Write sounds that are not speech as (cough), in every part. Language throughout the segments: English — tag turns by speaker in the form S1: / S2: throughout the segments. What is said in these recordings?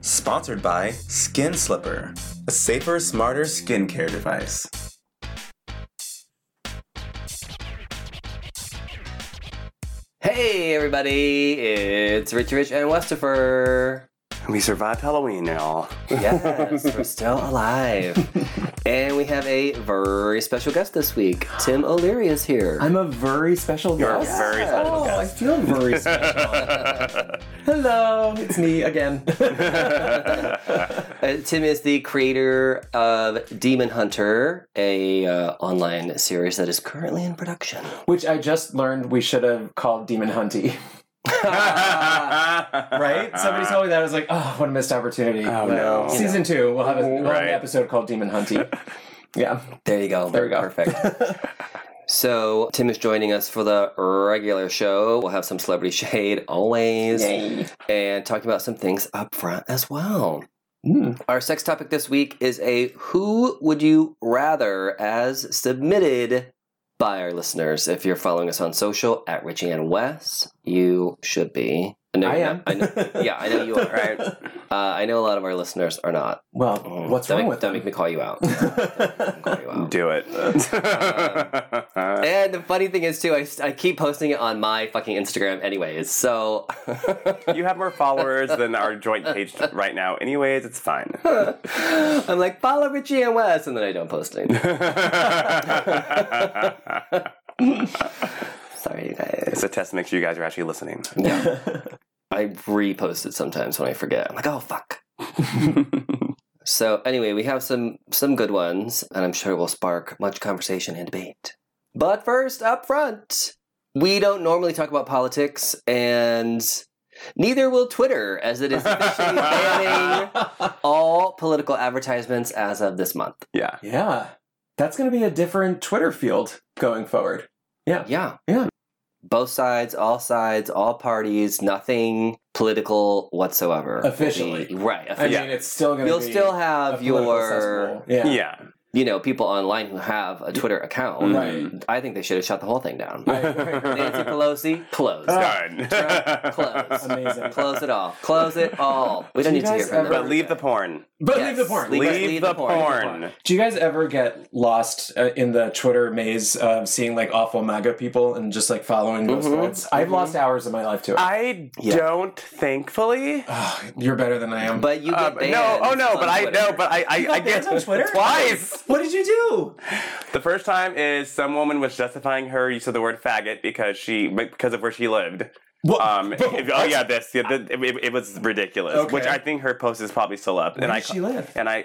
S1: Sponsored by Skin Slipper, a safer, smarter skincare device.
S2: Hey everybody, it's Richie Rich and Westifer.
S3: We survived Halloween now.
S2: Yes, we're still
S4: (laughs)
S2: alive. and we have a very special guest this week. Tim O'Leary is here.
S4: I'm a very special
S3: You're a
S4: guest.
S3: very special
S4: oh, I feel
S2: (laughs)
S4: very special. Hello, it's me
S2: (laughs)
S4: again.
S2: Uh, Tim is the creator of Demon Hunter, a uh, online series that is currently in production.
S4: Which I just learned we should have called
S2: (laughs)
S4: Demon Hunty. Right? Somebody told me that. I was like, oh, what a missed opportunity.
S3: Oh, no.
S4: But Season two, we'll have, a, we'll have
S3: Right.
S4: an episode called
S2: (laughs)
S4: Demon Hunty. yeah.
S2: There you go.
S4: There we go. (laughs)
S2: Perfect. so Tim is joining us for the regular show. We'll have some celebrity (laughs) shade always, and talking about some things up front as well.
S4: Mm.
S2: Our sex topic this week is a who would you rather as submitted by our listeners. If you're following us on social at Richie and Wes, you should be. I, know
S4: I
S2: you're
S4: am.
S2: not- I
S4: (laughs)
S2: know, yeah, I know you are. Right? Uh, I know a lot of our listeners are not.
S4: Well,
S2: Mm,
S4: what's
S2: don't
S4: wrong
S2: make,
S4: with
S2: Don't make
S4: them?
S2: me (laughs) call you
S4: (laughs)
S2: out. Call you out.
S3: Do it. (laughs)
S2: And the funny thing is too, I, I keep posting it on my fucking Instagram, anyways.
S4: (laughs)
S2: So (laughs)
S3: you have more followers than our joint page right now. Anyways, it's fine.
S2: (laughs) I'm like follow Richie and Wes, and then I don't post
S3: (laughs)
S2: anything.
S3: it's
S2: Sorry, you guys.
S3: a test to make sure you guys are actually listening.
S2: Yeah, I repost it sometimes when I forget. I'm like, oh
S4: (laughs)
S2: fuck. So anyway, we have some some good ones, and I'm sure it will spark much conversation and debate. But first, up front, we don't normally talk about politics, and neither will Twitter, as it is
S4: (laughs)
S2: officially banning all political advertisements as of this month.
S3: yeah.
S4: yeah. That's going to be a different Twitter field going forward.
S2: Yeah.
S4: Yeah.
S2: Both sides, all sides, all parties, nothing political whatsoever.
S4: Officially.
S2: Will be- Right.
S4: I
S2: Officially.
S3: Yeah.
S4: mean, it's still going to
S2: You'll
S4: be
S2: still
S4: a
S2: have
S4: political
S2: your,
S4: cesspool. Yeah.
S3: Yeah.
S2: you know, people online who have a Twitter account.
S3: Right.
S2: I think they should have shut the whole
S3: (laughs)
S2: thing down.
S4: I agree.
S2: Nancy Pelosi, close.
S3: Done. (laughs)
S2: Close.
S4: Amazing.
S2: Close it all. Close it all. We don't
S4: Do
S2: need
S4: you
S2: to hear
S4: guys
S2: from
S4: ever-
S2: them.
S3: But leave the porn.
S4: But
S2: Yes.
S4: leave the porn.
S2: Leave-
S3: Leave,
S2: leave
S3: the,
S2: the porn.
S3: porn.
S4: Do you guys ever get lost uh, in the Twitter maze of seeing like awful MAGA people and just like following those
S2: Mhm.
S4: threads? I've lost hours of my life to it.
S3: Mm-hmm. I
S2: Yeah.
S3: don't, thankfully.
S4: Ugh, (sighs) you're better than I
S2: (laughs)
S4: am.
S2: But you
S3: Uh,
S2: get banned.
S3: no, oh no,
S2: on
S3: but I
S2: Twitter. (laughs)
S3: no, but I I, I
S4: banned
S3: get
S4: on Twitter?
S3: twice.
S4: what did you do?
S3: The first time is some woman was justifying her use of the word faggot because she because of where she lived.
S4: What?
S3: (laughs)
S4: (laughs)
S3: Um, if- oh yeah, this yeah, the, it, it was ridiculous.
S4: Okay.
S3: Which I think her post is probably still up.
S4: Where
S3: and I
S4: did she live?
S3: and I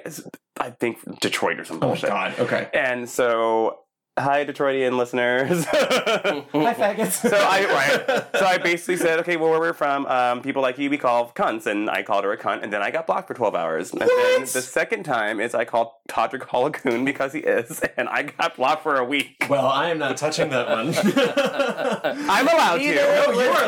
S3: I think Detroit or some
S4: Oh my
S3: bullshit. (laughs)
S4: god. Okay.
S3: And so, hi Detroitian listeners. (laughs)
S4: Hi, faggots.
S3: So I right. so I basically said, okay, well, where we're from, um, people like you we call cunts, and I called her a cunt, and then I got blocked for twelve hours. And then the second time is I called Todrick Hall a coon because he is, (laughs) and I got blocked for a week.
S4: (laughs) well, I am not touching that
S3: (laughs)
S4: one.
S3: I'm allowed
S2: Neither
S3: to.
S2: would Twitter. (laughs)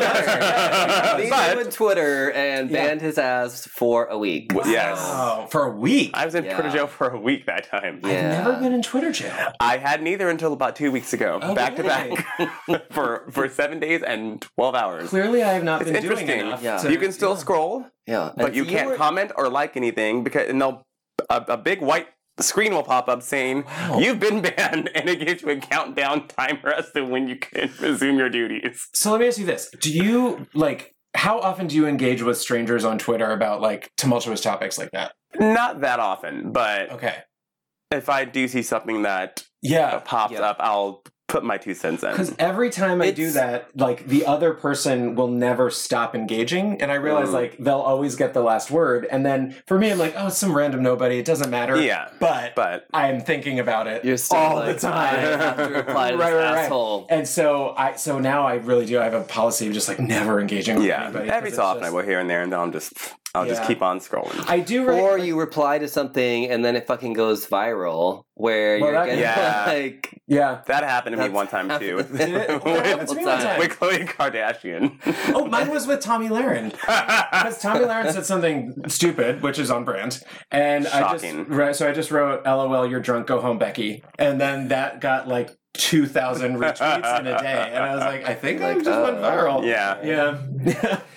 S3: (laughs)
S2: Neither
S3: But-
S2: would Twitter and banned his ass for a week.
S3: Yes.
S4: oh, for a week.
S3: I was in
S2: Yeah.
S3: Twitter jail for a week that time.
S2: Yeah.
S4: Never been in Twitter jail.
S3: I had neither until about two weeks ago, back to back, (laughs) for for seven days and twelve hours.
S4: Clearly, I have not
S3: It's
S4: been doing
S3: interesting.
S4: enough.
S2: Yeah.
S4: to-
S3: you can still scroll,
S2: Yeah.
S3: but
S2: And
S3: you can't
S2: were-
S3: comment or like anything because and they'll a, a big white screen will pop up saying
S4: Oh.
S3: you've been banned (laughs) and it gives you a countdown timer as to when you can (laughs) resume your duties.
S4: So let me ask you this: Do you like? How often do you engage with strangers on Twitter about like tumultuous topics like that?
S3: Not that often, but
S4: Okay.
S3: if I do see something that uh,
S4: Uh, Yeah.
S3: pops
S2: Yeah.
S3: up, I'll put my two cents in.
S4: Because every time I do
S2: It's-
S4: that, like the other person will never stop engaging, and I realize
S3: Mm.
S4: like they'll always get the last word. And then for me, I'm like, oh, it's some random nobody. It doesn't matter.
S3: Yeah,
S4: But,
S3: but
S4: I am thinking about it
S2: You're still
S4: all
S2: like,
S4: the
S2: I
S4: time.
S2: have to reply
S4: (laughs)
S2: to
S4: Right,
S2: this
S4: right, right.
S2: asshole.
S4: And so I, so now I really do. I have a policy of just like never engaging. with
S3: yeah,
S4: anybody, 'cause
S3: every so
S4: it's
S3: often
S4: just-
S3: I will here and there, and then I'll just I'll just
S4: Yeah.
S3: keep on scrolling.
S4: I do. Really,
S2: Or you reply to something and then it fucking goes viral where
S4: Well,
S2: you're
S4: that-
S2: getting
S3: Yeah.
S2: (laughs) like
S3: (laughs)
S4: yeah.
S3: That happened to me one time too. (laughs)
S2: (laughs)
S4: Did it? That happened to me one time.
S3: With Khloe Kardashian. (laughs)
S4: Oh, mine was with Tommy Laren. Because Tommy Laren said something stupid, which is on brand, and I just
S3: Shocking.
S4: right, so I just wrote "LOL, you're drunk, go home, Becky," and then that got like two thousand retweets in a day, and I was like, I think I
S2: Like,
S4: just went
S2: oh.
S4: viral.
S3: Yeah.
S4: yeah. (laughs)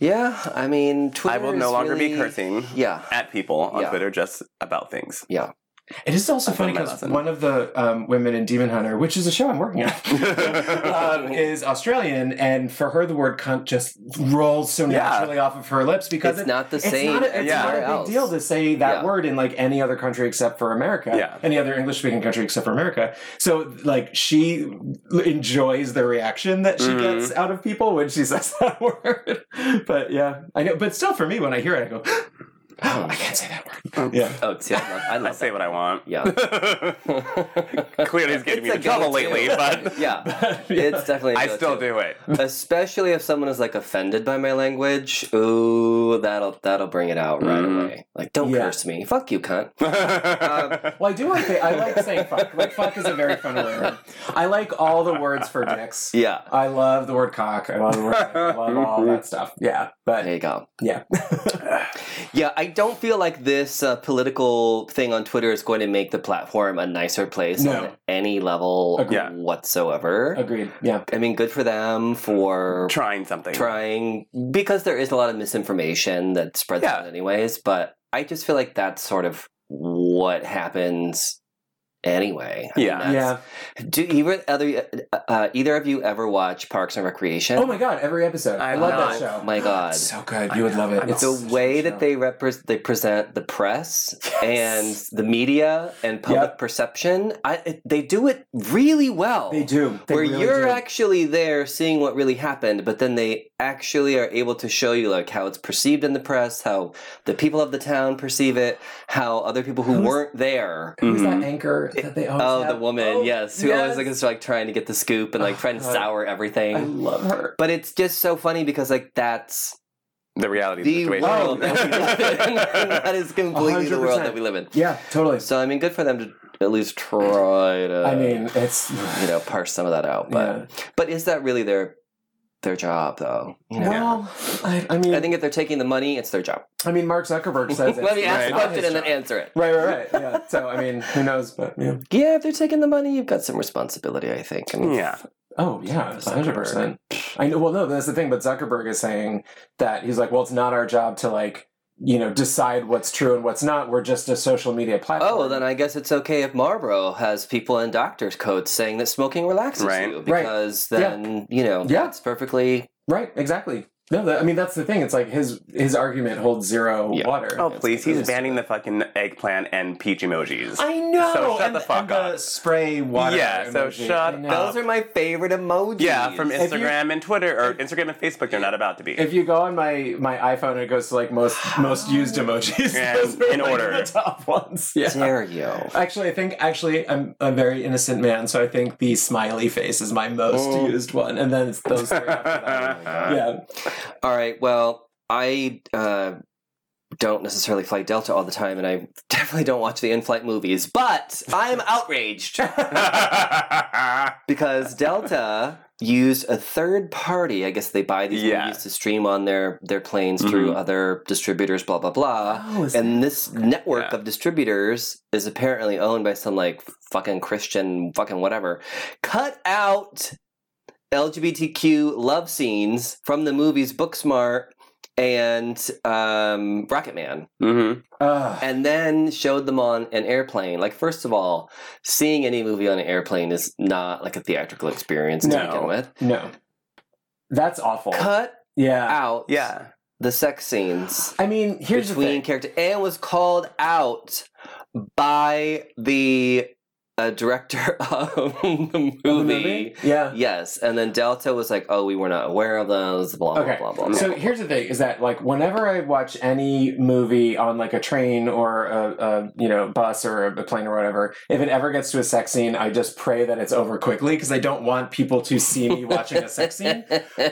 S2: Yeah, I mean, Twitter.
S3: I will
S2: is
S3: no longer
S2: really-
S3: be cursing
S2: Yeah,
S3: at people on
S2: Yeah.
S3: Twitter just about
S4: (laughs)
S3: things. (laughs)
S4: It is also
S3: I've
S4: funny
S3: learned my
S4: because
S3: lesson.
S4: one of the um, women in Demon Hunter, which is a show I'm working on,
S3: (laughs)
S4: um, is Australian, and for her the word cunt just rolls so
S3: Yeah.
S4: naturally off of her lips because
S2: it's
S4: it-
S2: not the
S4: it's
S2: same
S4: not a, it's
S3: Yeah.
S4: not a
S2: anywhere
S4: big
S2: else.
S4: deal to say that
S2: Yeah.
S4: word in like any other country except for America.
S3: Yeah.
S4: Any other English speaking country except for America. So like she enjoys the reaction that she
S3: Mhm.
S4: gets out of people when she (laughs) says that word. But yeah, I know. But still, for me, when I hear it, I go, oh, I can't say that word.
S3: Mm.
S4: Yeah. (laughs)
S2: oh, see, I love, I
S3: I
S2: love
S3: say what I want.
S2: Yeah.
S3: (laughs) Clearly, it's getting me
S2: It's
S3: in
S2: a
S3: trouble
S2: go-to.
S3: lately,
S4: (laughs)
S3: but
S2: yeah,
S4: Yeah.
S2: it's definitely. a
S3: I
S2: go-to.
S3: still do it.
S2: especially if someone is like offended by my language. Ooh, that'll that'll bring it out right
S3: Mm.
S2: away. Like, don't
S4: Yeah.
S2: curse me. Fuck you, cunt.
S4: Well, I do like the, I like saying fuck. Like fuck is a very fun word. I like all the words for dicks.
S2: Yeah.
S4: I love the word cock. I love the word. I
S2: (laughs)
S4: love all that stuff. Yeah, but
S2: There you go.
S4: Yeah. Um,
S2: yeah, I don't feel like this uh, political thing on Twitter is going to make the platform a nicer place
S4: No.
S2: on any level
S4: Agreed.
S3: Yeah.
S2: whatsoever.
S4: agreed. Yeah,
S2: I mean, good for them for
S3: (laughs) Trying something.
S2: trying because there is a lot of misinformation that spreads
S3: Yeah.
S2: out anyways but i just feel like that's sort of what happens anyway I mean,
S3: Yeah.
S4: yeah.
S2: that's- do either other uh, uh, either of you ever watch parks and recreation
S4: Oh my god, every episode. I,
S3: I
S4: love
S2: Oh
S4: that show.
S2: my god
S4: It's so good. You would love it.
S3: I
S4: It's
S2: the
S4: such a
S2: way
S4: good
S2: that
S4: show.
S2: they repre- they present the
S4: (laughs)
S2: press and the media and public perception I, it- they do it really well
S4: they do They
S2: where
S4: really
S2: you're
S4: do.
S2: actually there seeing what really happened but then they actually are able to show you like how it's perceived in the press how the people of the town perceive it how other people who
S4: Who's-
S2: weren't there
S4: Who's
S3: Mhm.
S4: that anchor that they always
S2: Mm-hmm. oh
S4: have?
S2: the woman
S4: Oh,
S2: yes who always
S4: yes.
S2: like is like trying to get the scoop and like
S4: Oh,
S2: trying to
S4: God.
S2: sour everything
S4: I love her.
S2: but it's just so funny because like that's
S3: The reality
S2: the
S3: situation.
S2: world that we live
S4: (laughs)
S2: in. (laughs) that is completely the world
S4: 100%.
S2: that we live in
S4: Yeah, totally.
S2: so i mean good for them to at least try to
S4: I mean, it's
S2: you know parse some of that out but but is that really their their job though you know?
S4: well, I, I mean,
S2: i think if they're taking the money it's their job
S4: I mean, Mark
S2: (laughs)
S4: Zuckerberg says it.
S2: let me ask
S3: right.
S2: the
S3: not
S2: question and then answer it
S4: Right, right, right. Yeah. So I mean, who knows? But yeah.
S2: yeah if they're taking the money you've got some responsibility i think I mean,
S3: (laughs) Yeah.
S4: Oh yeah, hundred percent. I know. Well, no, that's the thing. But Zuckerberg is saying that he's like, well, it's not our job to like, you know, decide what's true and what's not. We're just a social media platform.
S2: Oh, well, then I guess it's okay if Marlboro has people in doctor's coats saying that smoking relaxes
S3: Right.
S2: you
S3: Right.
S2: because
S4: Yeah.
S2: then, you know,
S4: Yeah.
S2: that's perfectly.
S4: right, exactly. No, that, I mean that's the thing. It's like his his argument holds zero
S2: Yeah.
S4: water.
S3: Oh, please. He's banning the fucking eggplant and peach emojis.
S4: I know.
S3: So shut
S4: and,
S3: the fuck
S4: and The
S3: up.
S4: spray water.
S3: Yeah, so
S4: emoji.
S3: shut
S4: I know.
S3: up.
S2: Those are my favorite emojis.
S3: yeah, from
S4: If you-
S3: Instagram and Twitter, or Instagram and Facebook, they're not about to be.
S4: If you go on my my iPhone, it goes to like most
S3: (sighs)
S4: most used emojis.
S3: Yeah,
S4: Those are,
S3: in
S4: (laughs) like,
S3: order.
S4: the top ones. Yeah.
S2: Dare you?
S4: Actually, I think actually I'm a very innocent man, so I think the smiley face is my most
S2: Oh.
S4: used one, and then it's those
S3: (laughs)
S4: three. after that. yeah,
S2: (laughs) All right. Well, I uh, don't necessarily fly Delta all the time, and I definitely don't watch the in-flight movies. But (laughs) I'm outraged
S3: (laughs)
S2: because Delta used a third party. I guess they buy these
S3: Yeah.
S2: movies to stream on their their planes through other distributors. Blah blah blah.
S4: Oh, is
S2: And this network
S3: Yeah.
S2: of distributors is apparently owned by some like fucking Christian fucking whatever. Cut out LGBTQ love scenes from the movies Booksmart and um, Rocketman,
S3: mm-hmm.
S4: Ugh.
S2: and then showed them on an airplane. Like, first of all, seeing any movie on an airplane is not like a theatrical experience to
S4: No.
S2: begin with.
S4: no, that's awful.
S2: Cut
S4: yeah,
S2: out
S3: Yeah.
S2: the sex scenes
S4: I mean, here's the
S2: between
S4: thing.
S2: character and was called out by the uh, director (laughs) of the
S4: Of the
S2: movie.
S4: yeah.
S2: Yes, and then Delta was like, "Oh, we were not aware of those." Blah blah
S4: Okay.
S2: blah blah. blah.
S4: So here's the thing: is that like whenever I watch any movie on like a train or a, a you know bus or a plane or whatever, if it ever gets to a sex scene, I just pray that it's over quickly because I don't want people to see me watching a sex scene.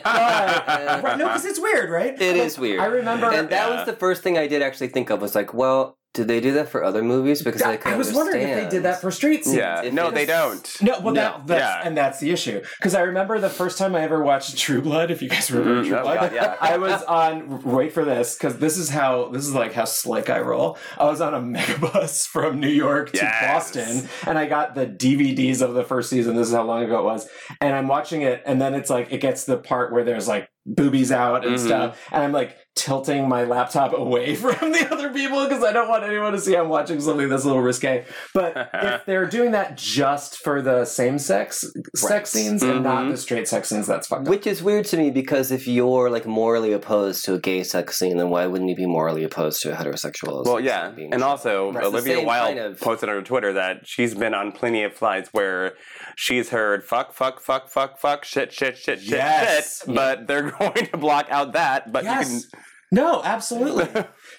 S4: But- uh, right,
S3: (laughs)
S4: no, because it's weird, right?
S2: It
S4: It is
S2: is weird.
S4: I remember. uh,
S2: and that
S3: Yeah.
S2: was the first thing I did actually think of was like, well, did they do that for other movies? Because I,
S4: I,
S2: could
S4: was wondering if they did
S2: understand.
S4: that for street scenes.
S3: Yeah.
S2: If
S3: No,
S2: it's-
S3: they don't.
S4: (laughs) No, well,
S2: No.
S4: That, that's,
S3: Yeah.
S4: and that's the issue. Because I remember the first time I ever watched True Blood. If you guys remember
S3: Mm,
S4: True
S3: oh,
S4: Blood,
S3: God, yeah.
S4: I was on. Wait for this, because this is how this is like how slick I roll. I was on a (laughs) megabus from New York to
S3: Yes.
S4: Boston, and I got the DVDs of the first season. This is how long ago it was, and I'm watching it, and then it's like it gets to the part where there's like boobies out and
S3: Mhm.
S4: stuff. And I'm like tilting my laptop away (laughs) from the other people because I don't want anyone to see I'm watching something that's a little risque.
S3: (laughs)
S4: But if they're doing that just for the same sex
S2: Right.
S4: sex scenes and
S3: Mm-hmm.
S4: not the straight sex scenes, that's fucked up.
S2: Which is weird to me because if you're like morally opposed to a gay sex scene, then why wouldn't you be morally opposed to a heterosexual?
S3: Well,
S2: sex
S3: yeah,
S2: scene being
S3: and
S2: shown?
S3: also
S2: Right. It's the
S3: Olivia
S2: same
S3: Wilde
S2: kind of-
S3: posted on her Twitter that she's been on plenty of flights where she's heard fuck, fuck, fuck, fuck, fuck, shit, shit, shit, shit,
S4: Yes.
S3: shit. But they're (laughs) going to block out that. But
S4: Yes. No,
S3: (laughs)
S4: absolutely.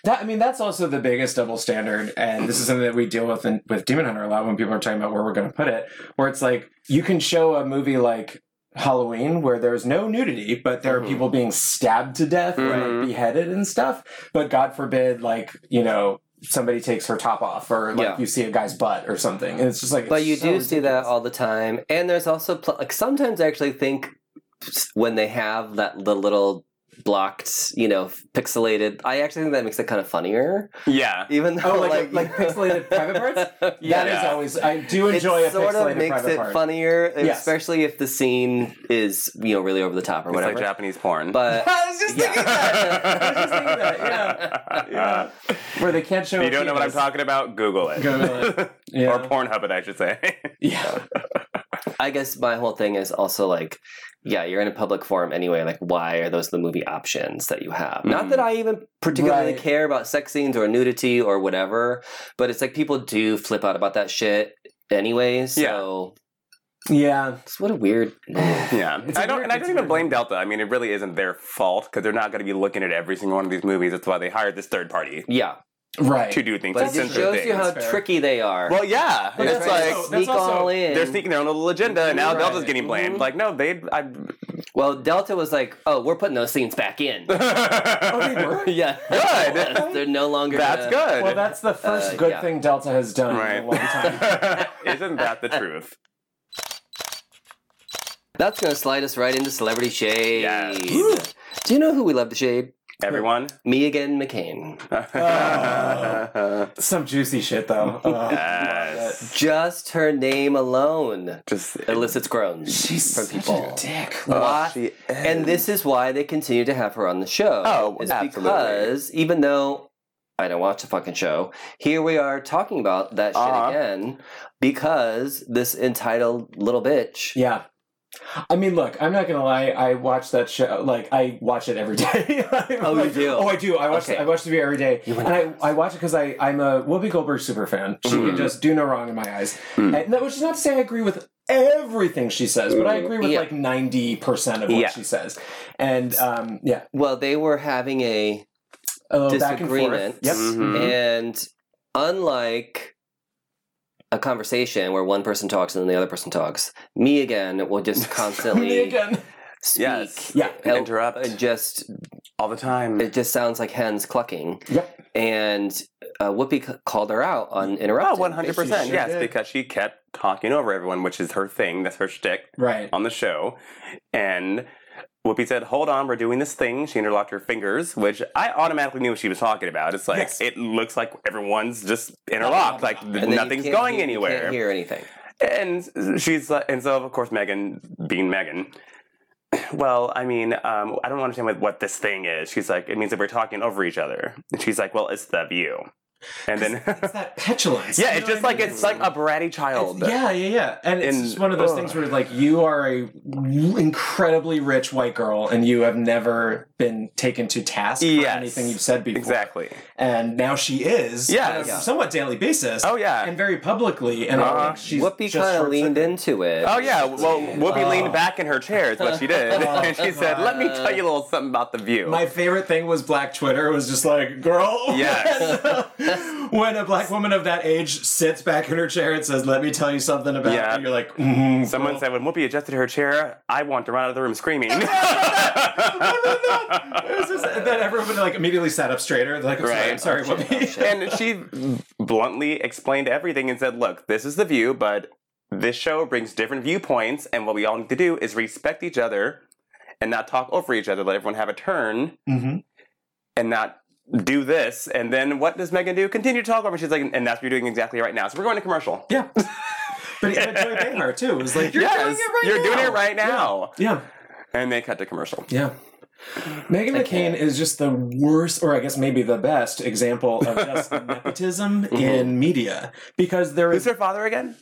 S4: that I mean, that's also the biggest double standard, and this is something that we deal with in, with Demon Hunter a lot when people are talking about where we're going to put it. Where it's like you can show a movie like Halloween where there's no nudity, but there
S3: Mhm.
S4: are people being stabbed to death or like,
S3: Mhm.
S4: beheaded and stuff. But God forbid, like you know. Somebody takes her top off, or like
S2: Yeah.
S4: you see a guy's butt, or something. And it's just like,
S2: But
S4: it's
S2: you
S4: so
S2: do see that
S4: ridiculous.
S2: all the time, and there's also pl- like sometimes I actually think when they have that the little blocked, you know, pixelated. I actually think that makes it kind of funnier,
S3: you can, yeah.
S2: even though
S4: Oh, like- like
S2: (laughs)
S4: pixelated private
S2: parts.
S4: That is
S3: Yeah.
S4: always I do enjoy
S2: it
S4: a
S2: sort
S4: pixelated
S2: of makes
S4: private
S2: it
S4: part.
S2: funnier,
S4: Yes.
S2: especially if the scene is you know really over the top or
S3: It's
S2: whatever.
S3: like Japanese porn. (laughs)
S2: but
S4: (laughs) I was just
S2: Yeah.
S4: thinking
S2: (laughs)
S4: that. I was just thinking that. Yeah. Yeah. Where they can't show.
S3: (laughs) If you
S4: a
S3: don't know what I'm
S4: penis.
S3: talking about, Google it.
S4: Google it. Yeah.
S3: (laughs) Or Pornhub it, I should say. (laughs)
S4: Yeah.
S2: I guess my whole thing is also like,
S3: Hmm.
S2: yeah, you're in a public forum anyway. Like, why are those the movie options that you have? Not
S3: Hmm.
S2: that I even particularly
S4: Right.
S2: care about sex scenes or nudity or whatever, but it's like people do flip out about that shit anyway. So
S4: Yeah.
S2: it's what a weird. move.
S3: (sighs) Yeah,
S4: It's a
S3: I don't,
S4: weird-
S3: and I don't
S4: it's a
S3: even
S4: weird
S3: blame Delta. I mean, it really isn't their fault because they're not going to be looking at every single one of these movies. That's why they hired this third party
S2: yeah,
S4: Right. (laughs)
S3: to do things.
S2: but
S3: to
S2: it just
S3: censor
S2: shows
S3: things.
S2: you how
S4: That's fair.
S2: tricky they are.
S3: Well, yeah,
S4: But
S2: They're
S3: it's
S4: that's
S2: trying
S3: like
S2: to
S4: also-
S2: sneak
S4: that's also-
S2: all in.
S3: they're sneaking their own little agenda, and now
S4: Right.
S3: Delta's getting blamed.
S2: Mhm.
S3: Like, no, they. I,
S2: well, Delta was like, "Oh, we're putting those scenes back
S3: (laughs)
S2: in."
S4: Oh, they were?
S2: (laughs) yeah,
S3: Good.
S2: they're no
S3: (laughs)
S2: longer.
S3: That's
S2: gonna-
S3: good.
S4: (laughs) Well, that's the first
S2: Uh,
S4: good
S2: yeah.
S4: thing Delta has done in a long time.
S3: right. Isn't that the
S4: (laughs)
S3: truth?
S2: That's gonna slide us right into celebrity
S3: (laughs)
S2: shade.
S3: Yes.
S2: Woo. Do you know who we love to shade?
S3: Everyone.
S2: Me again, McCain.
S3: (laughs)
S4: Oh. Some juicy shit though. Uh,
S3: Yes.
S2: Just her name alone
S3: Just
S2: elicits groans
S4: She's
S2: from
S4: such
S2: people.
S4: a dick.
S2: Why-
S3: she is.
S2: and this is why they continue to have her on the show.
S3: Oh,
S2: is
S3: absolutely.
S2: because even though I don't watch the fucking show, here we are talking about that shit
S3: Uh-huh.
S2: again because this entitled little bitch.
S4: Yeah. I mean, look, I'm not gonna lie. I watch that show. Like, I watch it every (laughs) day. I'm
S2: Oh, you
S4: like,
S2: do?
S4: Oh, I do. I watch.
S2: Okay.
S4: I watch TV every day,
S2: You
S4: and
S2: went
S4: I, I watch it because I I'm a Whoopi Goldberg super fan. She
S3: Mhm.
S4: can just do no wrong in my eyes.
S3: Mhm.
S4: And that, which is not to say I agree with everything she says, but I agree with
S2: Yeah.
S4: like ninety percent of what
S3: Mm. Yeah.
S4: she says. And um, yeah,
S2: Well, they were having a
S4: a little Oh, back and forth.
S2: Disagreement.
S4: Yep.
S3: Mhm.
S4: (laughs)
S2: And unlike a conversation where one person talks and then the other person talks, me again will
S4: (laughs)
S2: just constantly
S4: Me (laughs) again.
S2: speak.
S3: Yes.
S4: Yeah.
S2: El-
S3: Interrupt
S2: It just
S3: all the time.
S2: it just sounds like hens clucking.
S4: Yep.
S2: And uh, Whoopi c- called her out on
S3: Oh,
S2: interrupting.
S3: 100%.
S4: She sure
S3: yes,
S4: did.
S3: because she kept talking over everyone, which is her thing. That's her shtick
S4: Right.
S3: on the show. And Whoopi said, Hold on, we're doing this thing. She interlocked her fingers, which I automatically knew what she was talking about. It's like,
S4: Yes.
S3: it looks like everyone's just interlocked, like
S4: And
S2: And then you
S3: nothing's
S2: can't
S3: going
S2: hear- you
S3: anywhere.
S2: Can't hear anything.
S3: And she's like, and so of course Megan, being Megan, (clears throat) well, I mean, um, I don't understand what, what this thing is. She's like, it means that we're talking over each other. And she's like, well, it's the view. And
S2: (laughs)
S3: then,
S4: It's that petulance.
S3: yeah,
S4: You
S3: it's
S4: know
S3: just
S4: what I
S3: like
S4: mean?
S3: it's like a bratty child.
S4: Yeah, yeah, yeah. And it's
S3: And-
S4: just one of those
S3: ugh.
S4: things where like you are a incredibly rich white girl and you have never been taken to task for
S3: Yes.
S4: anything you've said before.
S3: exactly.
S4: And now she is
S3: Yeah.
S4: on a
S2: Yeah.
S4: somewhat daily basis.
S3: Oh yeah.
S4: And very publicly and I
S3: Uh-huh.
S4: think she's
S2: Whoopi
S4: just
S2: kind of
S4: short-
S2: leaned into it.
S3: Oh yeah, well Whoopi
S4: Oh.
S3: leaned back in her chair is what she
S4: (laughs)
S3: did. and she said, Let me tell you a little something about the view.
S4: My favorite thing was Black Twitter was just like, girl. uh,
S3: Yes.
S4: when a black woman of that age sits back in her chair and says, "Let me tell you something about,"
S3: Yeah.
S4: it," you're like, mm,
S3: Someone
S4: girl. (laughs)
S3: said when Whoopi adjusted her chair, I want to run out of the room screaming.
S4: It was just- then everyone like immediately sat up straighter. They're like, I'm
S3: Right.
S4: sorry, I'm sorry, Whoopi.
S3: and she bluntly explained everything and said, "Look, this is the view, but this show brings different viewpoints, and what we all need to do is respect each other and not talk over each other. Let everyone have a turn
S4: mm-hmm.
S3: and not." Do this, and then what does Megan do? Continue to talk over. She's like, and that's what you're doing exactly right now. So we're going to commercial.
S4: Yeah. But but Joy Behar too was like, you're
S3: yes,
S4: doing it right
S3: you're
S4: now.
S3: doing it right now.
S4: Yeah.
S3: And they cut to commercial.
S4: Yeah. Megan
S2: I
S4: McCain
S2: can't.
S4: is just the worst, or I guess maybe the best example of just nepotism in media because there
S3: Who's
S4: is.
S3: her father
S4: (laughs)
S3: again?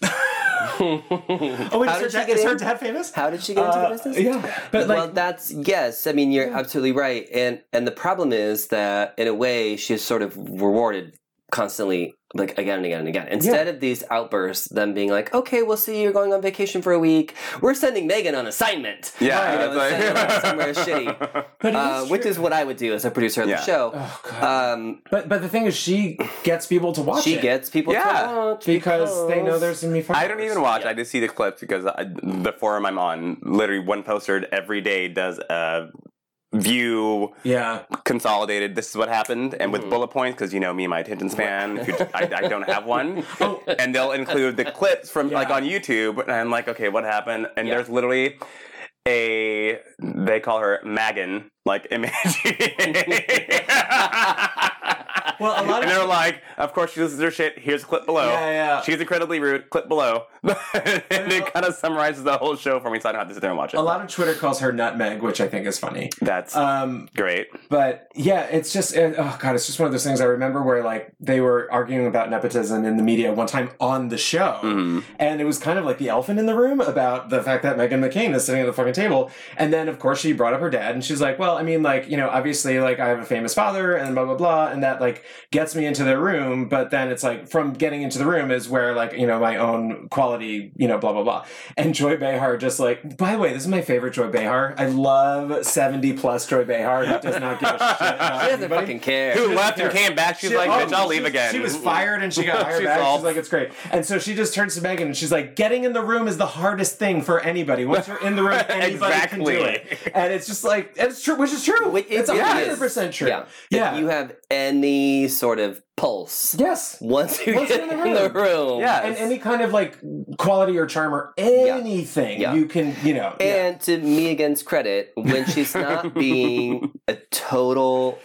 S4: Oh, wait,
S2: How
S4: is her,
S2: did she
S4: dad,
S2: get
S4: is her
S2: in?
S4: dad famous?
S2: (laughs) How did she get into
S4: Uh,
S2: the business?
S4: Yeah, but like,
S2: well, that's yes. I mean, you're absolutely right, and and the problem is that in a way she's sort of rewarded constantly, like again and again and again. Instead of these outbursts, them being like, "Okay, we'll see. You're going on vacation for a week. We're sending Megan on assignment."
S3: Yeah,
S2: You know,
S3: it's
S4: uh,
S3: like- (laughs)
S2: somewhere shitty,
S4: but it
S2: uh,
S4: is
S2: which
S4: true.
S2: is what I would do as a producer of
S3: Yeah.
S2: the show.
S4: Oh, God.
S2: Um,
S4: but but the thing is, she gets people to watch
S2: she
S4: it
S2: gets people
S3: Yeah.
S2: to watch
S4: because they know there's gonna be.
S3: I don't even
S4: followers.
S3: watch. I just see the clips because I, the forum I'm on, literally one poster every day does a view
S4: Yeah,
S3: consolidated. This is what happened, and with
S4: Mm-hmm.
S2: Mhm.
S3: bullet points because you know me, my attention span.
S4: (laughs)
S3: if you, I, I don't have one. And they'll include the clips from like
S4: Oh. Yeah.
S3: on YouTube, and I'm like, okay, what happened? And
S2: Yeah.
S3: there's literally a they call her Magan like
S4: (laughs)
S3: image.
S4: Well, a lot
S3: and
S4: of-
S3: they're like, of course she loses her shit. Here's a clip below.
S4: yeah, yeah.
S3: She's incredibly rude. Clip below. (laughs) and it kind of summarizes the whole show for me, so I don't have to sit there and watch it.
S4: a lot of Twitter calls her Nutmeg, which I think is funny.
S3: That's
S4: Um,
S3: great.
S4: but yeah, it's just it, oh god, it's just one of those things I remember where like they were arguing about nepotism in the media one time on the show, (laughs)
S3: Mhm.
S4: and it was kind of like the elephant in the room about the fact that Megan McCain is sitting at the fucking table, and then of course she brought up her dad, and she's like, well, I mean, like you know, obviously like I have a famous father, and blah blah blah, and that like gets me into the room, but then it's like from getting into the room is where like you know my own quality, you know, blah blah blah, and Joy Behar just like, by the way, this is my favorite Joy Behar. I love seventy plus Joy Behar who does not give a Oh,
S3: (laughs)
S4: shit
S2: She
S4: about
S2: doesn't
S4: anybody.
S2: fucking care.
S3: Who left and came back? She's
S4: She-
S3: like,
S4: oh,
S3: bitch, I'll
S4: she-
S3: leave again.
S4: She
S3: (laughs)
S4: was fired and she got hired
S3: She's
S4: back.
S3: all-
S4: She's like, it's great. And so she just turns to Megan and she's like, getting in the room is the hardest thing for anybody. Once you're in
S3: (laughs)
S4: the room, anybody can do
S3: Exactly.
S4: it. And it's just like, and it's true, which is true.
S2: Which
S4: it's
S2: it
S4: a
S2: is.
S4: hundred percent true.
S2: Yeah.
S4: Yeah.
S2: If you have any sort of pulse,
S4: yes.
S2: once you
S4: Once
S2: get
S4: you're
S2: in
S4: in
S2: the
S4: the
S2: room,
S3: Yeah.
S4: And any kind of like quality or charm or anything
S2: Yeah.
S4: you can, you know. (laughs) yeah.
S2: And to Megan's credit, when she's not being a total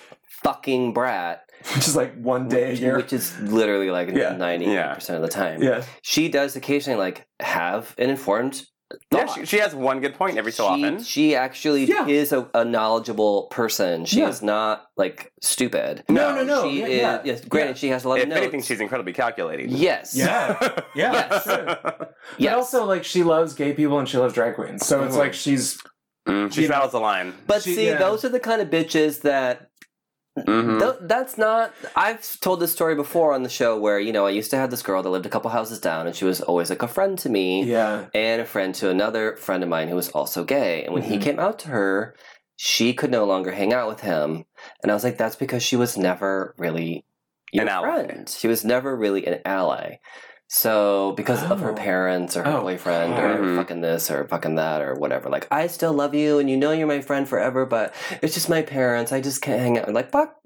S2: fucking brat,
S4: Which is like one day a year.
S2: which is literally like
S4: Yeah.
S2: ninety percent of the time,
S4: yeah.
S2: she does occasionally like have an informed.
S3: Yeah,
S2: thought.
S3: she, she has one good point every so
S2: She-
S3: often.
S2: she actually
S4: Yeah.
S2: is a, a knowledgeable person. She
S4: Yeah.
S2: is not like stupid.
S4: No, no, no.
S2: she
S4: yeah,
S2: is.
S4: yeah.
S2: Yes, granted, she has a lot
S3: if
S2: of notes.
S3: anything, she's incredibly calculating.
S2: yes,
S4: Yeah.
S2: (laughs)
S4: Yeah.
S2: Yes.
S4: Sure.
S2: yes. Uh-huh.
S4: But also, like, she loves gay people and she loves drag queens. So it's like she's.
S3: Mm, (laughs) she
S4: You know.
S3: straddles the line.
S2: But
S4: She-
S2: see,
S4: yeah.
S2: those are the kind of bitches that
S3: Mhm.
S2: th- that's not. I've told this story before on the show where you know I used to have this girl that lived a couple houses down, and she was always like a friend to me
S4: Yeah.
S2: and a friend to another friend of mine who was also gay. And when he
S4: Mhm.
S2: came out to her, she could no longer hang out with him, and I was like, that's because she was never really your
S3: An ally.
S2: friend. She was never really an ally. So, because of her
S4: Oh.
S2: parents or her
S4: Oh,
S2: boyfriend or
S3: God. Mhm.
S2: fucking this or fucking that or whatever, like, I still love you and you know you're my friend forever, but it's just my parents. I just can't hang out. Like, fuck that.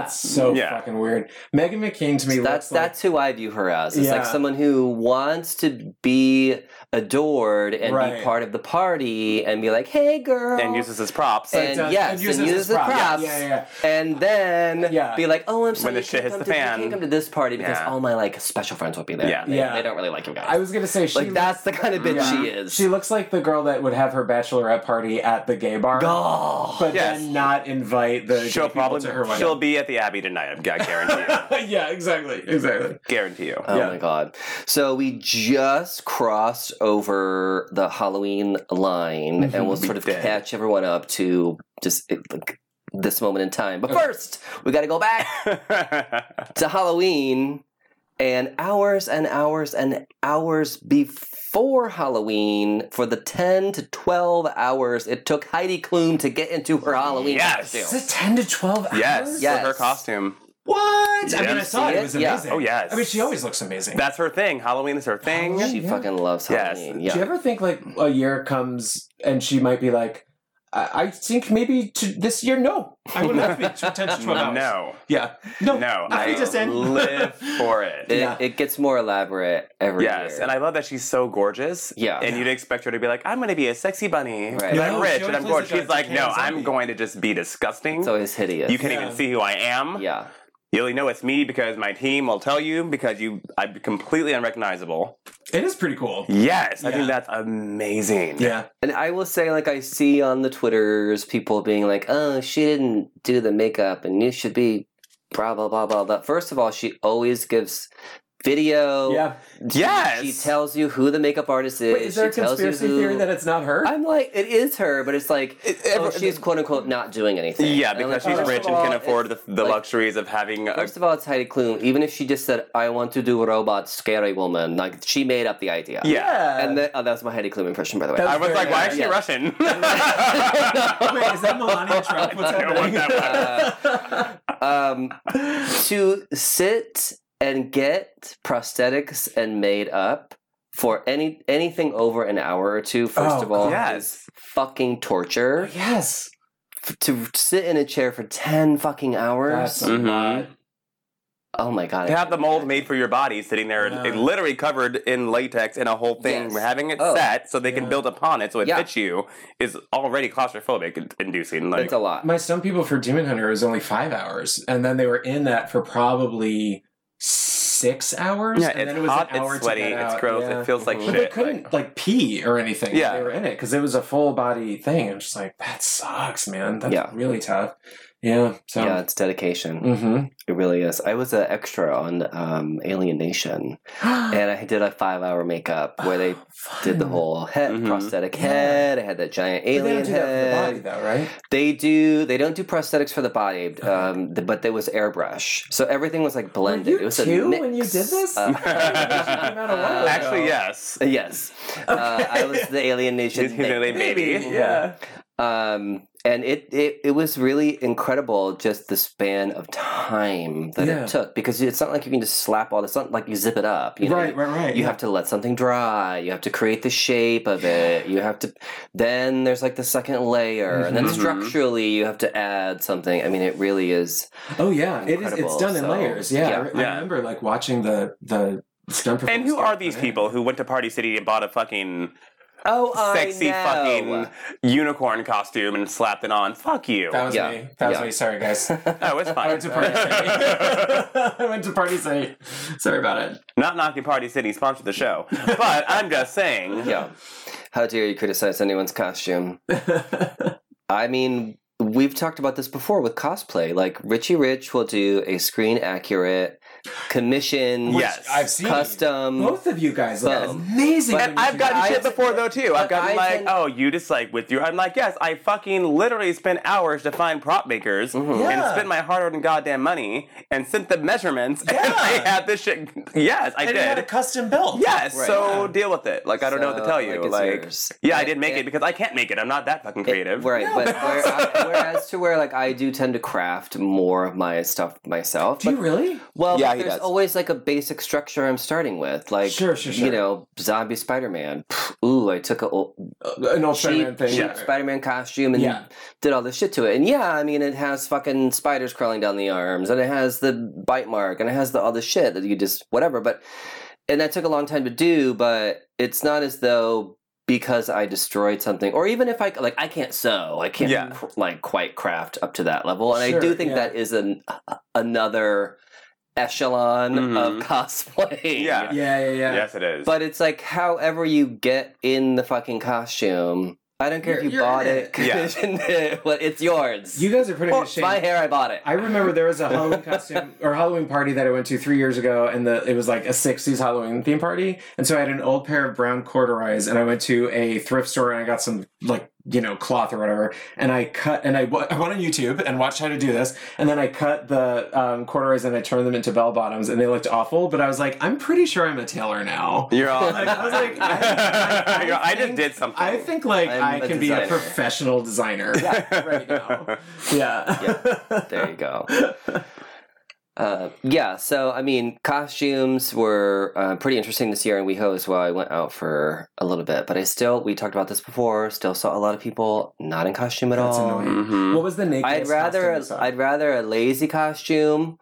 S4: That's so
S3: Yeah.
S4: fucking weird. Megan McCain to me
S2: that's
S4: looks like.
S2: that's who I view her as. It's like
S4: Yeah.
S2: someone who wants to be adored and
S4: Right.
S2: be part of the party and be like, "Hey, girl,"
S3: and uses his props.
S2: And-
S4: It does-
S2: yes,
S4: it
S2: and uses the props.
S4: Yeah, yeah, yeah.
S2: and then
S4: Yeah.
S2: be like, "Oh, I'm sorry,
S3: When the
S2: you
S3: shit
S2: can't
S3: hits
S2: come
S3: the
S2: to- you
S3: fan.
S2: can't come to this party because
S3: Yeah.
S2: all my like special friends will be there.
S3: Yeah.
S2: They,
S4: Yeah.
S2: they don't really like you guys."
S4: I was gonna say she
S2: like that's the kind of bitch
S4: Yeah.
S2: she is.
S4: She looks like the girl that would have her bachelorette party at the gay bar,
S2: oh,
S4: but
S3: Yes.
S4: then not invite the
S3: she'll
S4: gay people
S3: probably
S4: to her wedding.
S3: she'll be at the Abbey tonight. I
S4: (laughs)
S3: guarantee
S4: yeah, exactly, exactly.
S3: you. guarantee
S2: (laughs)
S3: you.
S2: Oh
S4: Yeah.
S2: my god. So we just crossed over the Halloween line
S4: Mm-hmm.
S2: and we'll
S3: We
S2: sort of
S3: did.
S2: catch everyone up to just it, like, this moment in time. But first, we got to go back to Halloween and hours and hours and hours before Halloween for the 10 to 12 hours it took Heidi Klum to get into her Halloween
S3: Yes.
S4: Is
S2: costume.
S4: it ten to twelve hours?
S3: yes,
S2: Yes.
S3: for her costume.
S4: What? I
S3: Yeah.
S4: mean, I saw it. It was
S2: Yeah.
S4: amazing.
S3: Oh, yes.
S4: I mean, she always looks amazing.
S3: That's her thing. Halloween is her thing.
S4: Halloween.
S2: She
S4: Yeah.
S2: fucking loves
S3: Yes.
S2: Halloween.
S4: Do
S2: Yeah.
S4: you ever think like a year comes and she might be like, I, I think maybe to this
S3: (laughs)
S4: year, no, I would not be to ten to twelve hours. (laughs)
S3: No,
S4: Yeah. No.
S3: no,
S4: I
S3: I
S4: just said- (laughs)
S3: live for it.
S2: It,
S4: Yeah.
S2: it gets more elaborate every year.
S3: yes, and I love that she's so gorgeous.
S2: Yeah.
S3: and you'd expect her to be like, "I'm going to be a sexy bunny,
S2: Right.
S3: and I'm
S4: No,
S3: rich,
S4: she
S3: and
S4: always
S3: I'm
S4: plays
S3: gorgeous."
S4: like
S3: She's like,
S4: a
S3: "No,
S4: Japan zombie.
S3: I'm going to just be disgusting.
S2: it's always hideous.
S3: you can't
S4: Yeah.
S3: even see who I am."
S2: yeah.
S3: You only know it's me because my team will tell you because you I'm completely unrecognizable.
S4: It is pretty cool.
S3: Yes, I
S4: Yeah.
S3: think that's amazing.
S4: Yeah.
S2: And I will say, like, I see on the Twitters people being like, oh, she didn't do the makeup and you should be blah, blah, blah, blah. But first of all, she always gives video.
S4: Yeah.
S3: Yes.
S2: She tells you who the makeup artist is.
S4: Wait, is there a
S2: she tells you
S4: conspiracy
S2: who-
S4: theory that it's not her?
S2: I'm like, it is her, but it's like,
S3: It-
S2: oh,
S3: ever-
S2: she's quote unquote not doing anything.
S3: yeah,
S2: And I'm
S3: because
S2: like,
S3: she's
S2: first
S3: rich
S2: of
S3: and can
S2: all,
S3: afford the, the
S2: like-
S3: luxuries of having a
S2: First of all, it's Heidi Klum. Even if she just said, I want to do robot scary woman, like, she made up the idea.
S3: yeah.
S2: And then, oh, that was my Heidi Klum impression, by the way.
S4: That
S3: I was like, why is she
S2: Yeah.
S3: Russian?
S2: (laughs)
S4: Wait, is that Melania Trump? What's
S3: I want
S4: happening?
S3: that one.
S2: um, to sit and get prosthetics and made up for any anything over an hour or two first
S4: Oh,
S2: of all
S3: (laughs)
S2: is
S3: Yes. Oh,
S2: fucking torture
S4: yes.
S2: F- to sit in a chair for 10 fucking hours
S4: That's a
S3: Mhm.
S4: lot.
S2: oh my god
S3: To have the mold made for your body sitting there
S4: Yeah.
S3: literally covered in latex in a whole thing,
S2: Yes.
S3: having it
S2: Oh.
S3: set so they can
S4: Yeah.
S3: build upon it so it
S2: Yeah.
S3: fits you is already claustrophobic in- inducing. Like,
S2: it's a lot
S4: My Some People for Demon Hunter was only five hours, and then they were in that for probably six hours.
S3: yeah,
S4: and then
S3: it's
S4: it was
S3: hot,
S4: an hour
S3: it's sweaty,
S4: to get
S3: it's
S4: out.
S3: gross,
S4: Yeah.
S3: it feels like
S2: Mhm.
S4: But
S3: shit.
S4: they
S3: like-
S4: couldn't like, pee or anything. Yeah,
S3: Yeah.
S4: they were in it because it was a full body thing. I'm just like, that sucks, man. That's
S2: Yeah.
S4: really tough. Yeah. So.
S2: yeah it's dedication (gasps)
S4: Mm-hmm.
S2: it really is i was an extra on um, alien
S4: (gasps)
S2: nation and i did a five hour makeup where
S4: (sighs)
S2: they did the whole head
S3: Mhm.
S2: prosthetic
S4: Mm-hmm. Yeah.
S2: head i had that giant
S4: But they
S2: alien
S4: don't do
S2: head
S4: that for the body, though, right?
S2: They do. They don't do prosthetics for the body, um, th- but there was airbrush, so everything was like blended.
S4: you
S2: it was
S4: two
S2: a mix.
S4: when you did this? (laughs)
S2: Uh,
S4: while
S3: Actually, yes.
S4: (laughs)
S2: yes, uh, I was the Alien Nation.
S3: He's really
S2: thing.
S3: baby.
S4: Yeah.
S2: Um, and it, it it was really incredible just the span of time that
S4: Yeah.
S2: it took because it's not like you can just slap all this. It's not like you zip it up. You know?
S4: Right, right, right.
S2: You have to let something dry. You have to create the shape of it. You have to. Then there's like the second layer, and then
S4: Mhm.
S2: structurally you have to add something. I mean, it really is.
S4: Oh yeah, it is. It's
S2: Incredible,
S4: done in
S2: so-
S4: layers. Yeah,
S2: yeah.
S4: I re- I,
S3: Yeah.
S4: remember like watching the the stunt.
S3: And
S4: performance
S3: who are
S4: stuff,
S3: these
S4: right?
S3: people who went to Party City and bought a fucking
S2: Oh, I
S3: sexy
S2: know.
S3: fucking unicorn costume and slapped it on? Fuck you.
S4: That was
S2: Yeah.
S4: me. That was
S2: Yeah.
S4: me. Sorry, guys.
S3: oh, it's
S4: I
S3: fine.
S4: went to party city. (laughs) I went to party city. Sorry about it.
S3: (laughs) Not knocking Party City sponsored the
S4: (laughs)
S3: show, but I'm just saying.
S2: (laughs) Yeah. How dare you criticize anyone's costume? I mean, we've talked about this before with cosplay. Like Richie Rich will do a screen accurate commission,
S3: Which Yes.
S4: (laughs) I've seen
S2: custom.
S4: both of you guys. look
S2: Yes.
S4: amazing.
S3: And I've gotten
S2: I-
S3: shit before though too. I've
S2: but
S3: gotten
S2: I
S3: like,
S2: can-
S3: oh, you just like with your. I'm like, yes, I fucking literally spent hours to find prop makers
S2: Mhm.
S4: Mm-hmm. Yeah.
S3: and spent my hard-earned goddamn money and sent the measurements. (laughs)
S4: Yeah.
S3: And I had this shit. Yes, I
S4: And it had a
S3: did.
S4: custom built.
S3: Yes,
S2: Right.
S3: so
S4: Yeah.
S3: deal with it. Like I don't know what to
S2: So,
S3: tell you.
S2: it's
S3: Like,
S2: yours.
S3: yeah, I
S2: And-
S3: didn't make it
S2: and-
S3: because I can't make it. I'm not that fucking creative.
S2: Right,
S4: No,
S2: but
S4: but-
S2: where I, whereas to where like I do tend to craft more of my stuff myself.
S4: Do you
S2: but-
S4: really?
S2: well,
S3: Yeah,
S2: but
S3: he
S2: there's
S3: does.
S2: always like a basic structure I'm starting with, like
S4: Sure, sure, sure.
S2: you know, zombie Spider-Man. Pff, Ooh, I took a old,
S4: Uh, An old Spider-Man
S2: cheap,
S4: thing.
S2: cheap Spider-Man costume and
S4: Yeah.
S2: did all this shit to it. And yeah, I mean, it has fucking spiders crawling down the arms, and it has the bite mark, and it has the all the shit that you just whatever. But and that took a long time to do, but it's not as though because I destroyed something, or even if I like, I can't sew, I can't
S3: Yeah.
S2: cr- like quite craft up to that level. And
S4: Sure,
S2: I do think
S4: yeah.
S2: that is an another echelon
S3: Mhm.
S2: of cosplay.
S3: Yeah.
S4: Yeah, yeah, yeah.
S3: Yes, it is.
S2: But it's like, however you get in the fucking costume, I don't care
S4: You're-
S2: if
S4: you're
S2: you bought
S4: in
S2: it,
S4: it.
S2: commissioned it, but it's yours.
S4: You guys are putting me to
S2: it's my
S4: shame.
S2: hair, I bought it.
S4: I remember there was a Halloween costume or Halloween party that I went to three years ago, and the it was like a '60s Halloween theme party. And so I had an old pair of brown corduroys, and I went to a thrift store and I got some like you know cloth or whatever, and I cut and I, wa- I went on YouTube and watched how to do this, and then I cut the um, corduroys and I turned them into bell bottoms, and they looked awful. But I was like, I'm pretty sure I'm a tailor now.
S3: You're all.
S4: Like, (laughs) I was like, I- I- I
S3: (laughs) You're all, I
S4: think-
S3: just did something.
S4: I think like
S2: I'm
S4: i
S2: a
S4: can be a
S2: designer.
S4: professional designer right now. Yeah. (laughs)
S2: There you go. Uh, yeah, so I mean, costumes were uh, pretty interesting this year in WeHo as well. I went out for a little bit, but I still, we talked about this before, still saw a lot of people not in costume at
S3: (laughs)
S4: That's
S2: all.
S4: annoying.
S3: Mhm.
S4: What was the naked?
S2: I'd rather, a, I'd rather a lazy costume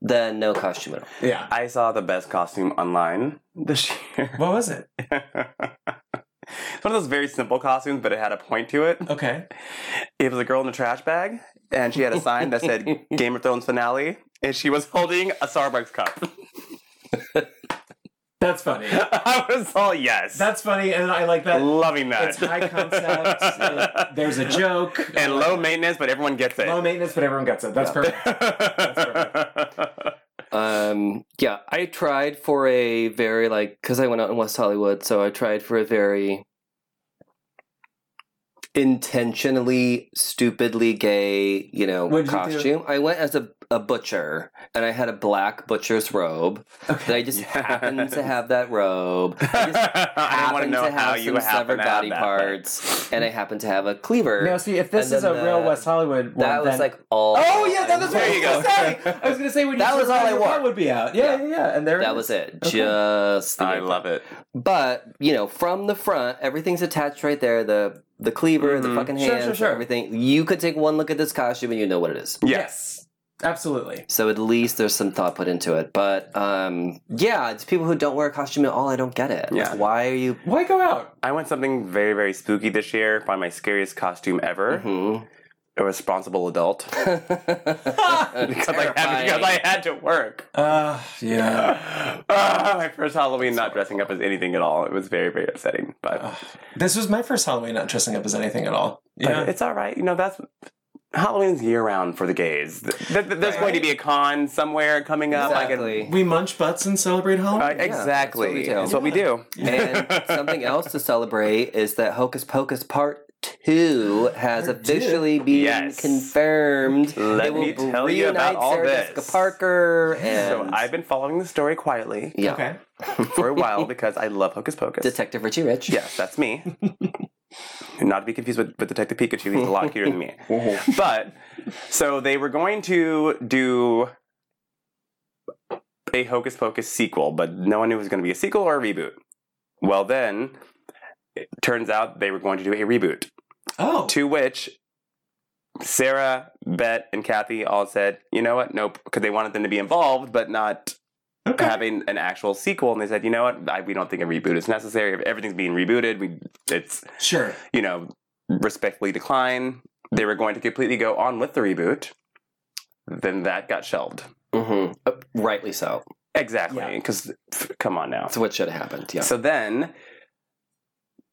S2: than no costume at all.
S4: yeah.
S3: I saw the best costume online this (laughs) year.
S4: What was it?
S3: It's one of those very simple costumes, but it had a point to it.
S4: Okay.
S2: (laughs)
S3: It was a girl in a trash bag, and she had a sign that said Game of Thrones finale, and she was holding a Starbucks cup. (laughs)
S4: That's funny.
S3: I was all yes.
S4: That's funny, and I like that.
S3: loving that.
S4: It's
S3: (laughs)
S4: high concept. it- there's a joke
S3: and low maintenance, but everyone gets it.
S4: low maintenance, but everyone gets it. That's
S2: Yeah.
S3: (laughs)
S4: perfect.
S2: Um, yeah, I tried for a very like because I went out in West Hollywood, so I tried for a very intentionally stupidly gay, you know,
S4: What'd you do?
S2: costume. I went as a, a butcher, and I had a black butcher's robe. And I just
S4: (laughs)
S3: Yes.
S2: happened to have that robe. I just
S3: I don't want to
S2: happened
S3: know
S2: to
S3: how
S2: have
S3: you
S2: some
S3: happen
S2: severed
S3: to have
S2: body
S3: that, but-
S2: parts, and I happened to have a cleaver.
S4: No, see, if this
S2: And
S4: is a
S2: then
S4: real
S2: the-
S4: West Hollywood, one,
S2: that was
S4: then-
S2: like all.
S4: Oh yeah, that, that's what
S3: There
S4: I was
S3: you
S4: gonna
S3: go.
S4: say. I was gonna say when
S2: That
S4: you
S2: was
S4: turn
S2: all I
S4: around,
S2: wore.
S4: That would be out. Yeah,
S2: Yeah.
S4: yeah, yeah. And there
S2: That
S4: is.
S2: was it.
S4: Okay.
S2: Just the
S3: I
S2: apron.
S3: love it.
S2: But you know, from the front, everything's attached right there. The the cleaver, the
S3: Mhm.
S2: fucking
S4: Sure, sure,
S2: hands,
S4: sure.
S2: everything. You could take one look at this costume and you know what it is.
S4: Yes, absolutely.
S2: So at least there's some thought put into it. But um, yeah, it's people who don't wear a costume at all. I don't get it. Like,
S3: Yeah.
S2: why are you?
S4: Why go out?
S3: I went something very, very spooky this year. Probably my scariest costume ever. (laughs)
S2: (laughs) Mhm.
S3: A responsible adult. because, I had, because I had to work.
S4: Uh, yeah.
S3: (sighs) Ah, my first Halloween not dressing up as anything at all. It was very, very upsetting. But,
S4: Ugh. This was my first Halloween not dressing up as anything at all.
S3: but
S4: Yeah.
S3: it's all right. You know, that's Halloween's year round for the gays. Th- th- th- there's going to be a con somewhere coming up. I can-
S2: exactly.
S4: we munch butts and celebrate Halloween.
S3: Uh, exactly.
S2: that's
S3: That's what
S2: what
S3: we do.
S2: And
S3: (laughs)
S2: something else to celebrate is that Hocus Pocus Part Two has
S4: Part two?
S2: officially been
S3: Yes.
S2: confirmed.
S3: Let
S2: They will
S3: me tell you about
S2: reunite
S3: all
S2: Sarah
S3: this.
S2: Jessica Parker
S3: So
S2: and
S3: I've been following the story quietly
S2: yeah,
S4: Okay.
S3: for a while because I love Hocus Pocus.
S2: Detective Richie Rich.
S3: Yes, that's me. Not to be confused with, with Detective Pikachu, he's a lot cuter than me. But so they were going to do a Hocus Pocus sequel, but no one knew it was going to be a sequel or a reboot. Well, then it turns out they were going to do a reboot,
S4: Oh.
S3: to which Sarah, Bet, and Kathy all said, you know what? Nope, because they wanted them to be involved, but not
S4: Okay.
S3: having an actual sequel. And they said, you know what? I, we don't think a reboot is necessary. If everything's being rebooted, we it's
S4: Sure.
S3: you know, respectfully decline. They were going to completely go on with the reboot. Then that got shelved.
S2: hmm rightly so.
S3: Exactly.
S4: Yeah.
S3: Because, come on now.
S2: That's what should have happened. Yeah.
S3: So then,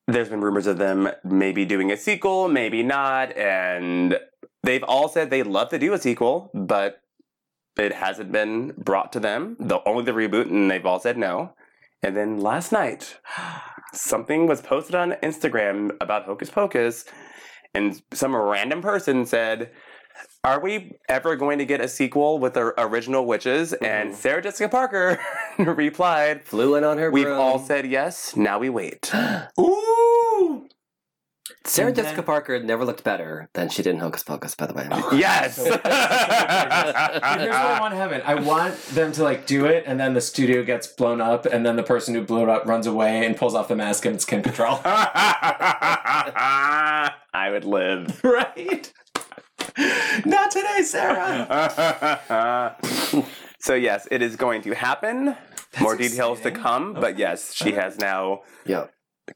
S3: there's been rumors of them maybe doing a sequel, maybe not. And they've all said they'd love to do a sequel, but it hasn't been brought to them. The only the reboot, and they've all said no. And then last night, (gasps) something was posted on Instagram about Hocus Pocus, and some random person said, "Are we ever going to get a sequel with the original witches?"
S2: Mhm.
S3: And Sarah Jessica Parker (laughs) replied,
S2: Flew in on her.
S3: We've
S2: broom.
S3: all said yes. Now we (laughs) wait.
S4: Ooh.
S2: Sarah
S4: And then-
S2: Jessica Parker never looked better than she did in Hocus Pocus. By the way.
S3: Oh. yes.
S4: And here's what I want to happen. (laughs) I want them to like do it, and then the studio gets blown up, and then the person who blew it up runs away and pulls off the mask, and it's Kim Control. (laughs)
S3: I would live.
S4: right? Not today, Sarah.
S3: (laughs) so yes, it is going to happen. More details to
S4: exciting.
S3: come, but yes, she has now
S2: yeah.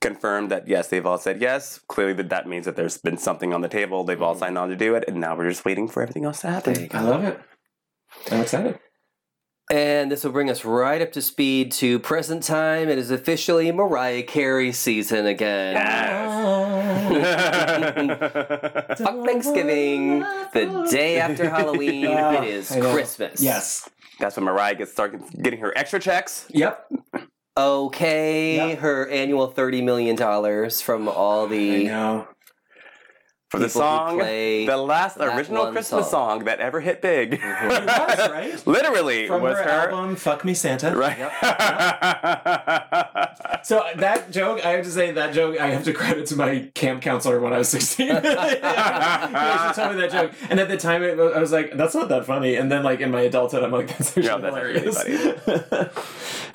S3: confirmed that yes, they've all said yes. Clearly, that that means that there's been something on the table. They've all signed on to do it, and now we're just waiting for everything else to happen.
S2: There you
S4: I
S2: go.
S4: love it. I'm excited.
S2: And this will bring us right up to speed to present time. It is officially Mariah Carey season again. Fuck Thanksgiving, the day
S4: (laughs)
S2: after Halloween,
S4: Yeah,
S2: it is
S4: I know.
S2: Christmas.
S4: Yes.
S3: (laughs) That's when Mariah gets started getting her extra checks.
S4: Yep.
S2: Okay,
S4: Yep.
S2: her annual $30 million from all
S4: I
S2: the
S4: know.
S3: for
S2: people
S3: the
S2: who
S3: song,
S2: play
S3: the last
S2: that
S3: original
S2: one
S3: Christmas
S2: song.
S3: song. that ever hit big.
S2: Mhm.
S4: It was, right?
S3: Literally
S4: From
S3: was
S4: her,
S3: her.
S4: album, Fuck Me Santa.
S3: Right. (laughs)
S4: So that joke, I have to say that joke, I have to credit to my camp counselor when I was 16. (laughs) He actually told me that joke. And at the time, it, was- I was like, that's not that funny. And then like in my adulthood, I'm like, (laughs) that's actually
S3: Yeah, that's
S4: hilarious.
S3: actually
S4: (laughs)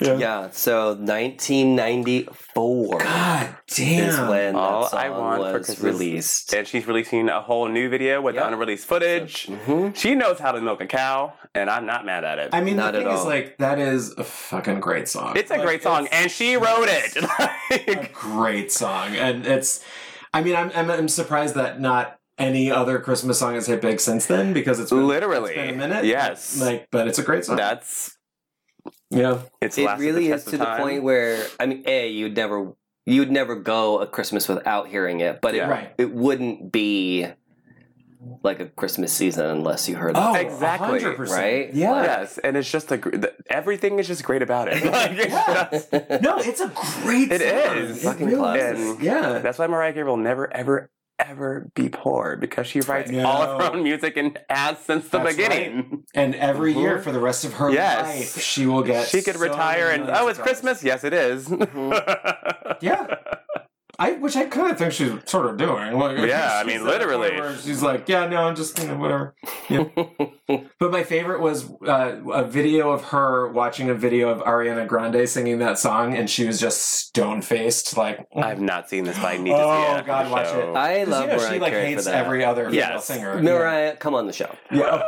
S4: yeah.
S2: Yeah, so 1994
S4: God
S2: is
S4: Ah, damn.
S2: when
S3: All
S2: that song
S3: I want for
S2: was
S3: Christmas-
S2: released.
S3: and she's releasing a whole new video with
S2: Yeah.
S3: unreleased footage.
S2: Mhm.
S3: She knows how to milk a cow, and I'm not mad at it.
S4: I mean,
S2: Not
S4: the
S2: at
S4: thing is,
S2: all.
S4: like, that is a fucking great song.
S3: it's a
S4: Like,
S3: great song,
S4: it's
S3: and she wrote it. (laughs)
S4: a great song, and it's. I mean, I'm I'm, I'm surprised that not any other Christmas song has hit big since then because it's been,
S3: Literally.
S4: it's been a minute.
S3: Yes.
S4: Like, but it's a great song.
S3: That's
S4: yeah,
S3: it's
S2: it
S3: lasted
S2: really
S3: the
S2: is
S3: test of
S2: to the
S3: time.
S2: point where I mean, a you'd never you'd never go a Christmas without hearing it, but it
S3: Yeah.
S4: right.
S2: it wouldn't be like a Christmas season unless you heard it.
S4: Oh,
S3: Exactly,
S4: 100%.
S2: right?
S4: Yeah.
S2: (laughs)
S3: Yes, and it's just a gr- the, everything is just great about it. (laughs) Like, it's
S4: Yeah.
S3: just-
S4: No, it's a great.
S3: It
S4: song.
S3: is.
S4: It
S2: Fucking
S4: really
S3: classic.
S4: is. Yeah.
S3: that's why Mariah Carey will never ever ever be poor because she writes
S4: Right.
S3: all of
S4: No.
S3: her own music and has since the
S4: That's
S3: beginning.
S4: And every year for the rest of her
S3: Mm-hmm. Yes.
S4: life, she will get.
S3: She could
S4: so Mm-hmm.
S3: retire
S4: many
S3: and
S4: millions
S3: oh,
S4: of
S3: it's
S4: dollars.
S3: Christmas. Yes, it is.
S2: Hmm.
S4: Yeah. I, which I kind of think she's sort of doing. Like,
S3: Yeah, I
S4: she's
S3: mean,
S4: at a point
S3: literally.
S4: where She's like, yeah, no, I'm just, you know, whatever.
S3: (laughs)
S4: But my favorite was uh, a video of her watching a video of Ariana Grande singing that song, and she was just stone faced, like,
S3: I've not seen this, but I need to see it.
S4: Oh,
S3: after
S4: God,
S3: the
S4: watch
S3: show.
S4: it.
S2: I
S4: 'Cause,
S2: love
S4: you know,
S2: Mariah
S4: she like
S2: Carey
S4: hates
S2: for that.
S4: every other female
S3: Yes.
S4: singer.
S2: Mariah, come on the show. (laughs)
S4: Yeah.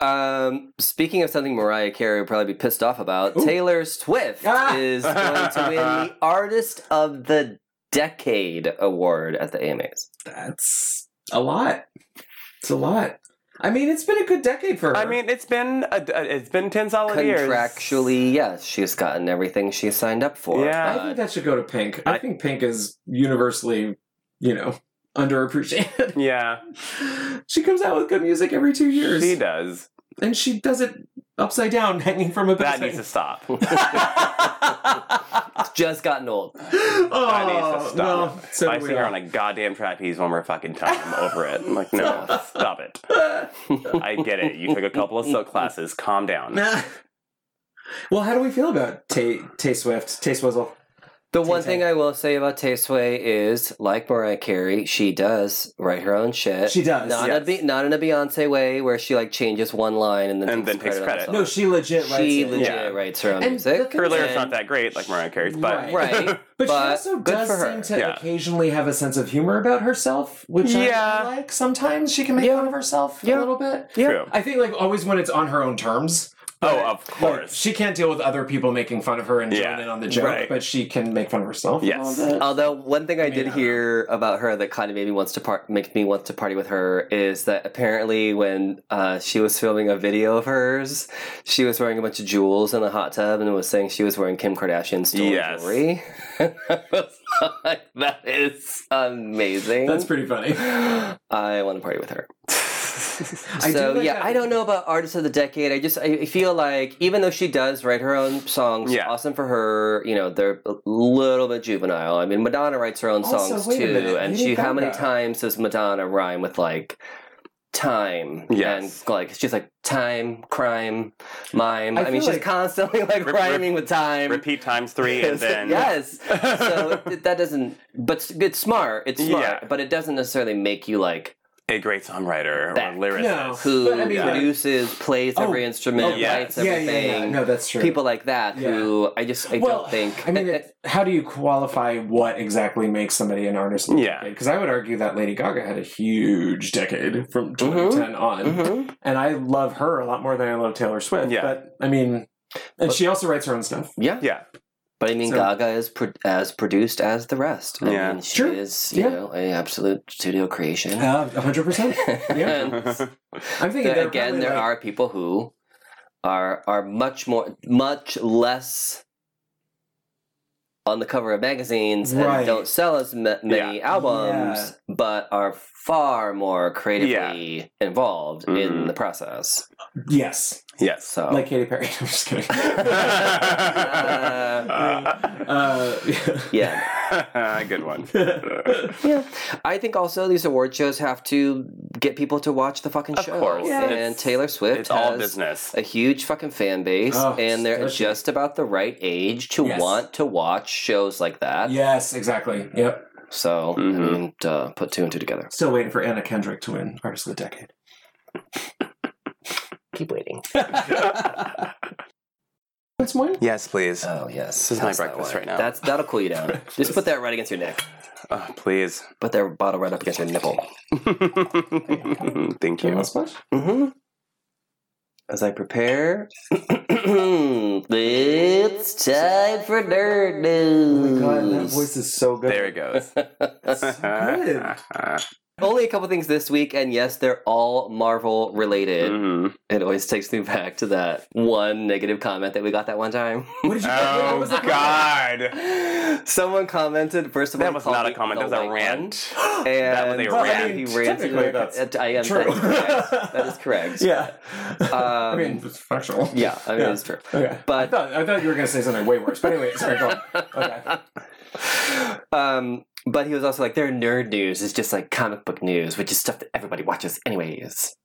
S2: um, speaking of something Mariah Carey would probably be pissed off about,
S4: Ooh.
S2: Taylor Swift
S4: Ah!
S2: is going to win
S4: (laughs)
S2: the Artist of the Decade award at the AMAs.
S4: That's a lot. It's a lot. I mean, it's been a good decade for her.
S3: I mean, it's been a, a- it's been ten
S4: Oh,
S3: solid years.
S2: Contractually, yes, she's gotten everything she signed up for.
S3: Yeah.
S4: I think that should go to Pink. I think Pink is universally, you know, (laughs) underappreciated. (laughs)
S3: Yeah,
S4: she comes out with good music every two years,
S3: she does.
S4: and she does it upside down, (laughs) hanging from a
S3: That
S4: building.
S3: needs to
S4: (laughs)
S3: stop.
S2: It's just gotten old.
S3: That needs
S4: oh,
S3: to stop.
S4: well, so
S3: I
S4: do
S3: see
S4: we
S3: her
S4: all.
S3: on a goddamn trapeze one more fucking time. I'm over it. I'm like,
S4: (laughs)
S3: no, stop it. I get it. You took a couple of silk classes. Calm down.
S4: Nah. Well, how do we feel about Tay Tay Swift, Tay Swizzle?
S2: The one
S4: Tay-Tay.
S2: thing I will say about Tasteway is, like Mariah Carey, she does write her own shit.
S4: She does,
S2: Uh, Not,
S3: yes.
S2: a Be- not in a Beyonce way where she like changes one line and then
S3: And
S2: takes
S3: then takes
S2: credit. on
S3: credit.
S4: No,
S2: the song.
S4: she legit writes
S2: she
S4: it.
S2: legit
S3: Yeah.
S2: writes her own
S4: And the
S2: music.
S4: thing
S3: Her
S4: is-
S3: lyrics
S2: and-
S3: not that great, like Mariah Carey's, but
S4: Right.
S2: Right.
S4: (laughs)
S2: But
S4: But, she also
S2: good
S4: does
S2: for her.
S4: seem to
S3: Yeah.
S4: occasionally have a sense of humor about herself, which
S3: Yeah.
S4: I like. Sometimes she can make
S2: Yeah.
S4: fun of herself
S2: Yeah.
S4: a little bit.
S3: True.
S4: I think like always when it's on her own terms.
S3: Oh, of
S4: Like,
S3: course.
S4: she can't deal with other people making fun of her and
S3: Yeah.
S4: join in on the joke,
S3: Right.
S4: but she can make fun of herself.
S3: Yes.
S4: A little bit.
S2: Although one thing I
S4: mean,
S2: did
S4: I don't
S2: hear about her that kind of made me wants to part make me want to party with her is that apparently when uh, she was filming a video of hers, she was wearing a bunch of jewels in a hot tub and was saying she was wearing Kim Kardashian's stolen
S3: Yes.
S2: jewelry. (laughs) I was like, that is amazing.
S4: That's pretty funny.
S2: (gasps)
S4: (laughs)
S2: I want to party with her.
S4: do
S2: so
S4: like
S2: yeah,
S4: that-
S2: I don't know about artists of the decade. I just I feel like even though she does write her own songs,
S3: Yeah.
S2: awesome for her. You know, they're a little bit juvenile. I mean, Madonna writes her own
S4: Also,
S2: songs
S4: wait a
S2: too,
S4: minute,
S2: and
S4: Lady
S2: she how many
S4: Gaga.
S2: times does Madonna rhyme with like time?
S3: Yes.
S2: and like she's like time, crime, mime.
S4: I
S2: I, mean,
S4: feel
S2: she's
S4: like-
S2: constantly like
S3: Rip- rip-
S2: rhyming with
S3: (laughs)
S2: time.
S3: Repeat times three
S2: (laughs)
S3: and then
S2: yes, so
S4: (laughs)
S2: it- that doesn't. But it's smart. It's smart,
S3: Yeah.
S2: but it doesn't necessarily make you like
S3: (laughs) a great songwriter
S2: Back.
S3: or lyricist.
S2: who
S4: But, I mean, like-
S2: produces, plays
S4: Oh,
S2: every instrument,
S3: oh, yeah.
S2: writes
S4: yeah,
S2: everything.
S4: yeah, yeah. No, that's true.
S2: People like that who I just I
S4: well,
S2: don't think.
S4: I mean, it, how do you qualify what exactly makes somebody an artist?
S3: Yeah.
S4: Because I would argue that Lady Gaga had a huge decade from 2010 on,
S2: Mhm.
S4: and I love her a lot more than I love Taylor Swift.
S3: Yeah.
S4: But I mean, and
S2: But-
S4: she also writes her own stuff.
S2: Yeah.
S3: Yeah.
S2: but I mean,
S4: So-
S2: Gaga is pro- as produced as the rest. I
S3: Yeah.
S2: mean, she
S4: Sure.
S2: is you
S4: Yeah.
S2: know an absolute studio creation.
S4: Uh, 100%. Yeah.
S2: (laughs) And
S4: (laughs) I'm thinking
S2: there-
S4: they're
S2: again,
S4: probably
S2: there
S4: like-
S2: are people who are are much more, much less on the cover of magazines
S4: Right.
S2: and don't sell as ma- many albums, but are far more creatively involved in
S3: Mhm.
S2: the process.
S4: Yes.
S2: (laughs)
S3: yes.
S2: So,
S4: Like Katy Perry. (laughs) I'm just kidding. uh, (laughs)
S2: yeah.
S3: (laughs) Good one.
S2: Yeah, I think also these award shows have to get people to watch the fucking
S3: Of
S2: show.
S3: course. Yeah,
S2: and
S3: it's-
S2: Taylor Swift
S3: It's all
S2: has
S3: business.
S2: a huge fucking fan base,
S4: Oh,
S2: and they're
S4: does she?
S2: just about the right age to
S4: Yes.
S2: want to watch shows like that.
S4: yes, exactly. Yep.
S2: So I
S3: Mhm.
S2: mean, uh, put two and two together.
S4: Still waiting for Anna Kendrick to win Artist of the Decade.
S2: Keep waiting.
S4: Once more?
S3: yes, please.
S2: Oh (laughs) yes,
S3: This is my
S2: That's that
S3: breakfast
S2: one.
S3: right now.
S2: That's that'll cool you
S3: (laughs)
S2: down. just put that right against your neck.
S3: Uh, please. (laughs)
S2: Put that bottle right up against your nipple.
S3: Thank
S4: Do
S3: you. Mm-hmm.
S4: you want a splash?
S2: Mm-hmm. As I prepare (clears throat) It's time for nerd
S3: Oh
S2: news. (laughs)
S4: is so good.
S3: There it goes. (laughs)
S4: good.
S2: Only a couple things this week, and yes, they're all Marvel related.
S3: Mhm.
S2: It always takes me back to that one negative comment that we got that one time. (laughs)
S4: What did you? what
S3: Oh
S4: was it?
S3: God.
S2: Someone commented first of all.
S3: That was
S2: called
S3: not a
S2: me
S3: comment. That was
S2: the
S3: a
S2: white
S3: rant.
S4: (gasps)
S2: (laughs) one.
S3: That was a
S2: And
S3: Well, I
S4: rant.
S2: He
S4: mean,
S2: ranted
S4: technically
S2: about-
S4: that's
S2: uh, I am
S4: true.
S2: That is correct.
S4: (laughs)
S2: That is correct.
S4: Yeah. I
S2: Um,
S4: mean, it's factual.
S2: yeah, I mean
S4: Yeah.
S2: it's true.
S4: Okay. I
S2: But
S4: thought, I thought you were going to say something way worse. But anyway, sorry, go (laughs) on. Okay.
S2: um, but he was also like, their nerd news is just like comic book news, which is stuff that everybody watches anyways.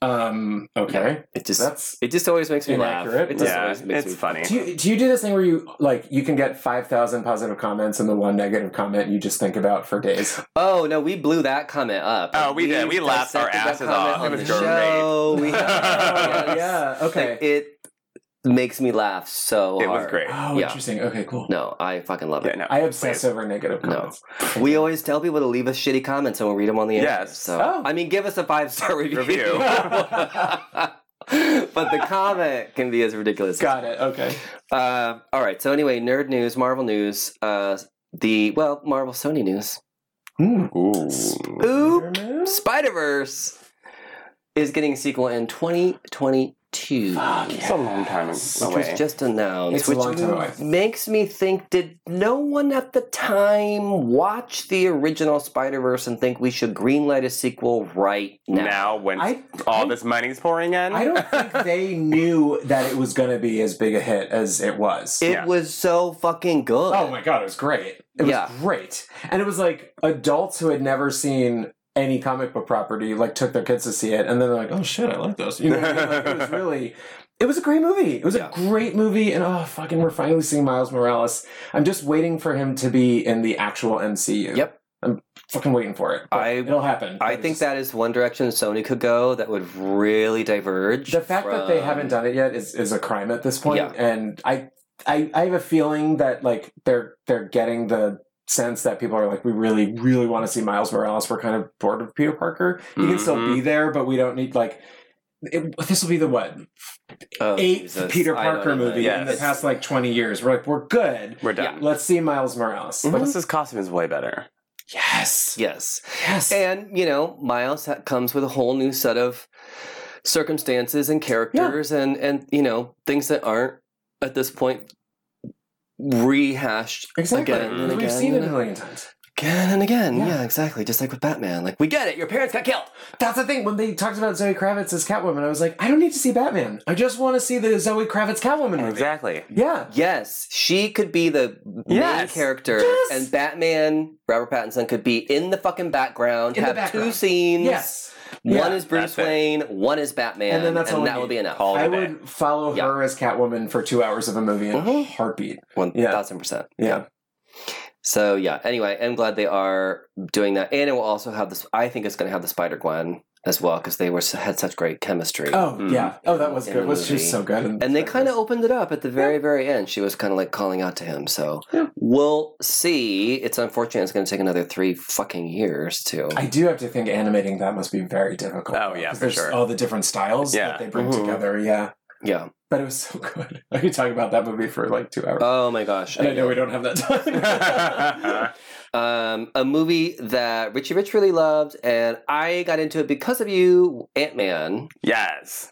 S4: Um, okay.
S2: It just
S4: That's.
S2: it just always makes me laugh.
S4: Inaccurate.
S2: It just
S3: Yeah,
S2: always makes
S3: it's
S2: me
S3: funny.
S4: Do you, do you do this thing where you like you can get five thousand positive comments and the one negative comment you just think about for (laughs) days?
S2: Oh no, we blew that comment up.
S3: Oh, we did. We laughed our
S2: dissected that
S3: asses
S2: comment
S3: off. It
S2: on
S3: was
S2: the
S3: great.
S2: show. We
S4: (laughs)
S3: Oh,
S4: yeah, okay.
S2: Like, it makes me laugh so
S3: It was
S2: hard.
S3: great.
S4: Oh,
S2: Yeah.
S4: interesting. Okay, cool.
S2: No, I fucking love
S3: Yeah,
S2: it.
S3: no.
S4: I obsess
S3: Please.
S4: over negative
S2: No.
S4: comments.
S2: We always tell people to leave us shitty comments and we'll read them on the air.
S3: Yes.
S2: So
S4: Oh.
S2: I mean, give us a five star review.
S3: Review.
S2: (laughs) but the comment can be as ridiculous.
S4: Got it. Okay.
S2: Uh, all right. So anyway, nerd news, Marvel news. Uh, the well, Marvel Sony news.
S3: Ooh.
S2: Oop. Spider Verse is getting a sequel in 2022.
S3: It's a long time
S2: Which
S3: away.
S2: was just announced,
S4: It's a
S2: which
S4: long time away.
S2: makes me think: Did no one at the time watch the original Spider Verse and think we should greenlight a sequel right now?
S3: now when
S4: I-
S3: all
S4: I-
S3: this money's pouring in. (laughs)
S4: I don't think (laughs) they knew that it was going to be as big a hit as it was.
S2: It
S3: Yeah.
S2: was so fucking good.
S4: oh my god, it was great. It
S2: Yeah.
S4: was great, and it was like adults who had never seen any comic book property like took their kids to see it, and then they're like, "Oh shit, I like this." You know, what I mean? Like, (laughs) it was really. It was a great movie. It was
S2: Yeah.
S4: a great movie, and oh fucking, we're finally seeing Miles Morales. I'm just waiting for him to be in the actual MCU.
S2: Yep.
S4: I'm fucking waiting for it. but
S2: I-
S4: it'll happen.
S2: I
S4: It's
S2: think
S4: just-
S2: that is one direction Sony could go that would really diverge.
S4: the fact that they
S2: from-
S4: haven't done it yet is, is a crime at this point
S2: Yeah.
S4: and I, I i have a feeling that like they're they're getting the sense that people are like we really really want to see miles morales we're kind of bored of peter parker you can still be
S2: Mm-hmm.
S4: there but we don't need like it, this will be the what
S2: Oh,
S4: eighth
S2: Jesus.
S4: Peter
S2: I don't
S4: Parker
S2: know.
S4: movie in the
S3: Yes.
S4: past like twenty years. We're like, we're good.
S3: We're done.
S4: Let's see Miles Morales.
S2: Mm-hmm.
S3: But
S4: Like,
S3: this is costume is way better.
S4: yes,
S2: Yes.
S4: yes.
S2: And, you know, Miles ha- comes with a whole new set of circumstances and characters and, and, you know, things that aren't at this point rehashed
S4: exactly.
S2: again and again.
S4: We've seen it
S2: and
S4: a million times.
S2: again and again. Yeah.
S4: Yeah.
S2: exactly. Just like with Batman. Like, we get it. Your parents got killed.
S4: That's the thing. When they talked about Zoe Kravitz as Catwoman, I was like, I don't need to see Batman. I just want to see the Zoe Kravitz Catwoman movie.
S3: Exactly.
S4: Yeah.
S2: Yes, she could be the main
S3: Yes.
S2: character,
S4: Yes.
S2: and Batman, Robert Pattinson, could be in the fucking background,
S4: In the
S2: have two
S4: background.
S2: scenes.
S4: Yes.
S2: One
S4: Yeah.
S2: is Bruce
S3: That's it.
S2: Wayne, one is Batman, and,
S4: And then that's all we
S2: that would
S4: need.
S2: be enough.
S3: Call
S4: I
S3: it a day.
S4: would follow
S2: Yeah.
S4: her as Catwoman for two hours of a movie in a
S2: Mhm.
S4: heartbeat.
S2: One
S4: Yeah.
S2: thousand percent.
S4: Yeah.
S2: So yeah. Anyway, I'm glad they are doing that, and it will also have this. I think it's going to have the Spider Gwen as well because they were had such great chemistry.
S4: Oh
S3: Mm.
S4: yeah. Oh, that was
S2: In
S4: good.
S2: the
S4: was
S2: movie.
S4: just so good. in
S2: And they
S4: Spider-Verse.
S2: kind of opened it up at the very, very end. She was kind of like calling out to him. So we'll see. It's unfortunate. It's going to take another three fucking years to.
S4: I do have to think animating that must be very difficult.
S3: Oh, yeah,
S4: 'cause
S3: for
S4: there's
S3: sure.
S4: All the different styles
S3: Yeah.
S4: that they bring
S2: Mhm.
S4: together. Yeah.
S2: yeah.
S4: But it was so good. (laughs) I could talk about that movie for like two hours.
S2: Oh my gosh.
S4: and I know we don't have that (laughs) time.
S2: um, a movie that Richie Rich really loved, and I got into it because of you, Ant Man.
S3: yes.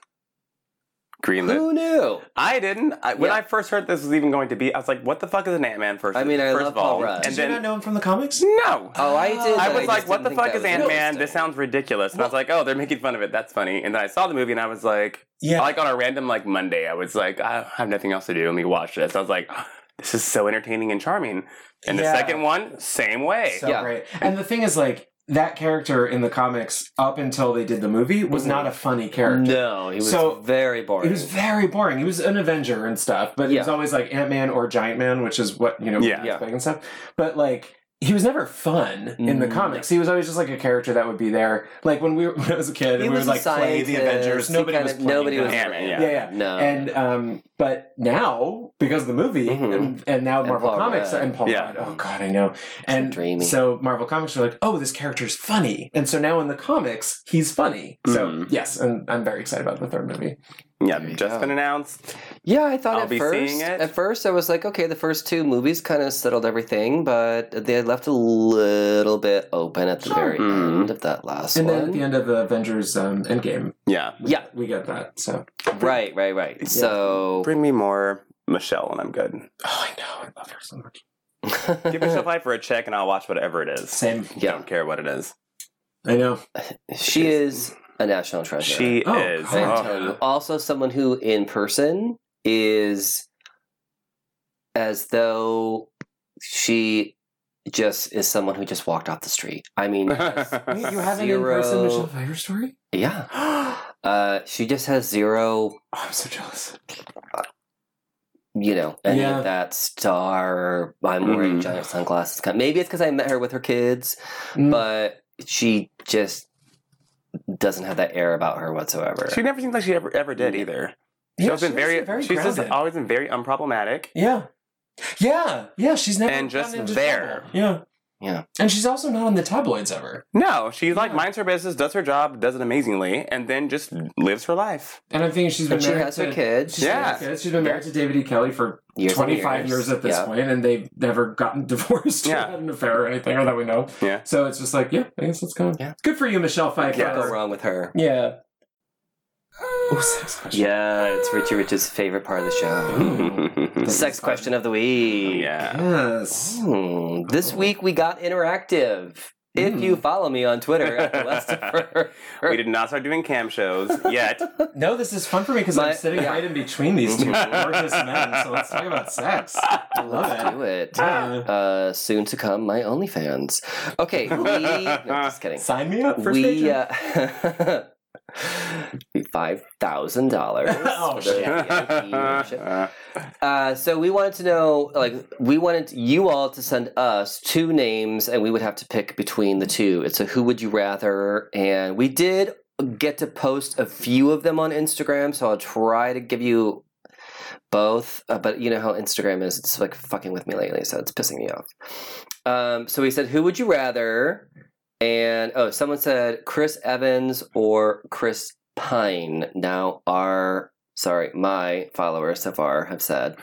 S3: Greenlit.
S2: Who knew?
S3: I didn't. I, when
S2: Yeah.
S3: I first heard this was even going to be, I was like, "What the fuck is an Ant Man?" First,
S2: I mean, I
S3: first
S2: love
S3: of all,
S2: Paul Rudd.
S3: and
S4: Did you not
S3: then
S4: know him from the comics?
S3: no.
S2: Oh, I did.
S3: I
S2: but
S3: was
S2: just
S3: like, "What
S2: didn't
S3: the
S2: think
S3: fuck
S2: that
S3: is
S2: was
S3: Ant Man?
S2: interesting.
S3: This sounds ridiculous." And I was like, "Oh, they're making fun of it. That's funny." And then I saw the movie, and I was like,
S4: Yeah.
S3: like on a random like Monday, I was like, "I have nothing else to do. Let me watch this." I was like, (gasps) "This is so entertaining and charming." And the
S4: Yeah.
S3: second one, same way.
S4: so
S2: Yeah.
S4: great. And the thing is, like that character in the comics, up until they did the movie, was not a funny character.
S2: No, he was
S4: So-
S2: very boring.
S4: It was very boring. He was an Avenger and stuff, but it was
S2: Yeah.
S4: always like Ant Man or Giant Man, which is what you know,
S3: Yeah.
S2: Yeah.
S4: big and stuff. But like. He was never fun in the
S2: Mm.
S4: comics. He was always just like a character that would be there. Like when we (laughs) were, when I was a kid,
S2: He
S4: and we
S2: was a
S4: would like play the
S2: scientist.
S4: Avengers.
S2: He
S4: Nobody
S2: kinda-
S4: was playing
S2: nobody
S4: them.
S2: was
S3: Ant-Man, yeah.
S4: yeah, yeah.
S2: No.
S4: And
S3: Uh,
S4: um, but now because of the movie
S3: Mm-hmm.
S2: Mhm.
S4: and, and now
S2: And
S4: Marvel
S2: Paul
S4: Comics
S2: Rudd.
S4: and Paul
S3: Yeah.
S4: Rudd. Oh God, I know. And
S2: dreamy.
S4: so Marvel Comics are like, oh, this character's funny, and so now in the comics he's funny. So
S3: Mhm.
S4: yes, and I'm very excited about the third movie.
S3: Yeah,
S2: There you
S3: just
S2: go.
S3: been announced.
S2: Yeah, I thought
S3: I'll
S2: at
S3: be
S2: first.
S3: seeing it.
S2: At first, I was like, okay, the first two movies kind of settled everything, but they had left a little bit open at the
S4: Sure.
S2: very
S3: Mm.
S2: end of that last
S4: And then
S2: one.
S4: at the end of the Avengers um, Endgame,
S3: Yeah.
S4: we-
S2: Yeah.
S4: we get that. So
S2: Right, right, right. So
S3: Bring me more Michelle and I'm
S4: (laughs)
S3: good.
S4: oh, I know, I love her so much.
S2: (laughs)
S3: Give Michelle Five for a check and I'll watch whatever it is.
S4: Same,
S3: I
S2: yeah,
S3: don't care what it
S2: (laughs)
S3: is.
S4: I know.
S2: she is a national treasure.
S3: She
S4: Oh,
S3: is.
S2: And
S4: God.
S3: Oh.
S2: also someone who in person is as though she just is someone who just walked off the street. I
S4: (laughs)
S3: (laughs)
S2: mean,
S4: Wait, you
S2: have an
S4: have an
S2: Zero. in-person
S4: in-person
S2: Michelle
S4: Michelle Pfeiffer story?
S2: yeah.
S4: (gasps) oh,
S2: Uh, she just has zero,
S4: I'm so jealous.
S2: you know, any
S4: Yeah. Mm-hmm.
S2: of that star. I'm wearing
S3: Mhm.
S2: giant sunglasses. kind- Maybe it's because I met her with her kids,
S4: Mm.
S2: but she just doesn't have that air about her whatsoever.
S3: She never seems like she ever ever did
S2: Yeah.
S3: either.
S4: Yeah,
S3: she's been
S4: she was
S3: very, she's just
S4: grounded.
S3: always been very unproblematic.
S4: yeah, yeah, yeah. She's never
S3: And just
S4: gotten into
S3: there.
S4: trouble. Yeah,
S2: Yeah.
S4: And she's also not in the tabloids ever.
S3: No, she like
S4: Yeah.
S3: minds her business, does her job, does it amazingly, and then just lives her
S2: (laughs)
S3: life. (laughs)
S4: And I'm thinking she's been
S2: And she
S4: married
S2: has
S4: to
S2: her kids.
S4: She's
S3: Yeah.
S4: yeah, she's been married to David E. Kelly for
S2: years and
S4: 25 years at this
S2: Yeah.
S4: point, and they've never gotten (laughs) divorced
S3: Yeah.
S4: or had an affair or anything or that we know.
S3: Yeah.
S4: So it's just like, yeah, I guess that's kind of
S2: Yeah.
S4: good for you, Michelle Pfeiffer.
S2: Can't go wrong with her.
S4: Yeah. Ooh, sex question.
S2: Yeah, it's Richie Rich's favorite part of the
S4: (laughs)
S2: show.
S4: Ooh.
S2: The sex question of the week.
S3: yeah.
S4: Yes.
S2: Hmm, This week we got interactive. If
S4: Hmm.
S2: you follow me on Twitter at
S4: (laughs)
S2: Lestifer.
S3: We did not start doing cam shows yet.
S2: Mm.
S4: No, this is fun for me because
S2: My- (laughs)
S4: I'm sitting right in between these
S3: (laughs)
S4: two gorgeous men. So let's talk about sex. I love
S2: do it.
S4: it. Yeah.
S2: Uh, soon to come, my OnlyFans. Okay, we. No, just
S4: (laughs)
S2: kidding.
S4: Sign me up for
S2: We.
S4: stage.
S2: Uh, (laughs) Five thousand dollars.
S4: (laughs) Oh, shit.
S2: Uh, so we wanted to know, like, we wanted you all to send us two names, and we would have to pick between the two. It's a who would you rather, and we did get to post a few of them on Instagram. So I'll try to give you both, uh, but you know how Instagram is; it's like fucking with me lately, so it's pissing me off. Um, so we said, who would you rather? And oh, someone said Chris Evans or Chris Pine. Now our sorry, my followers so far have said,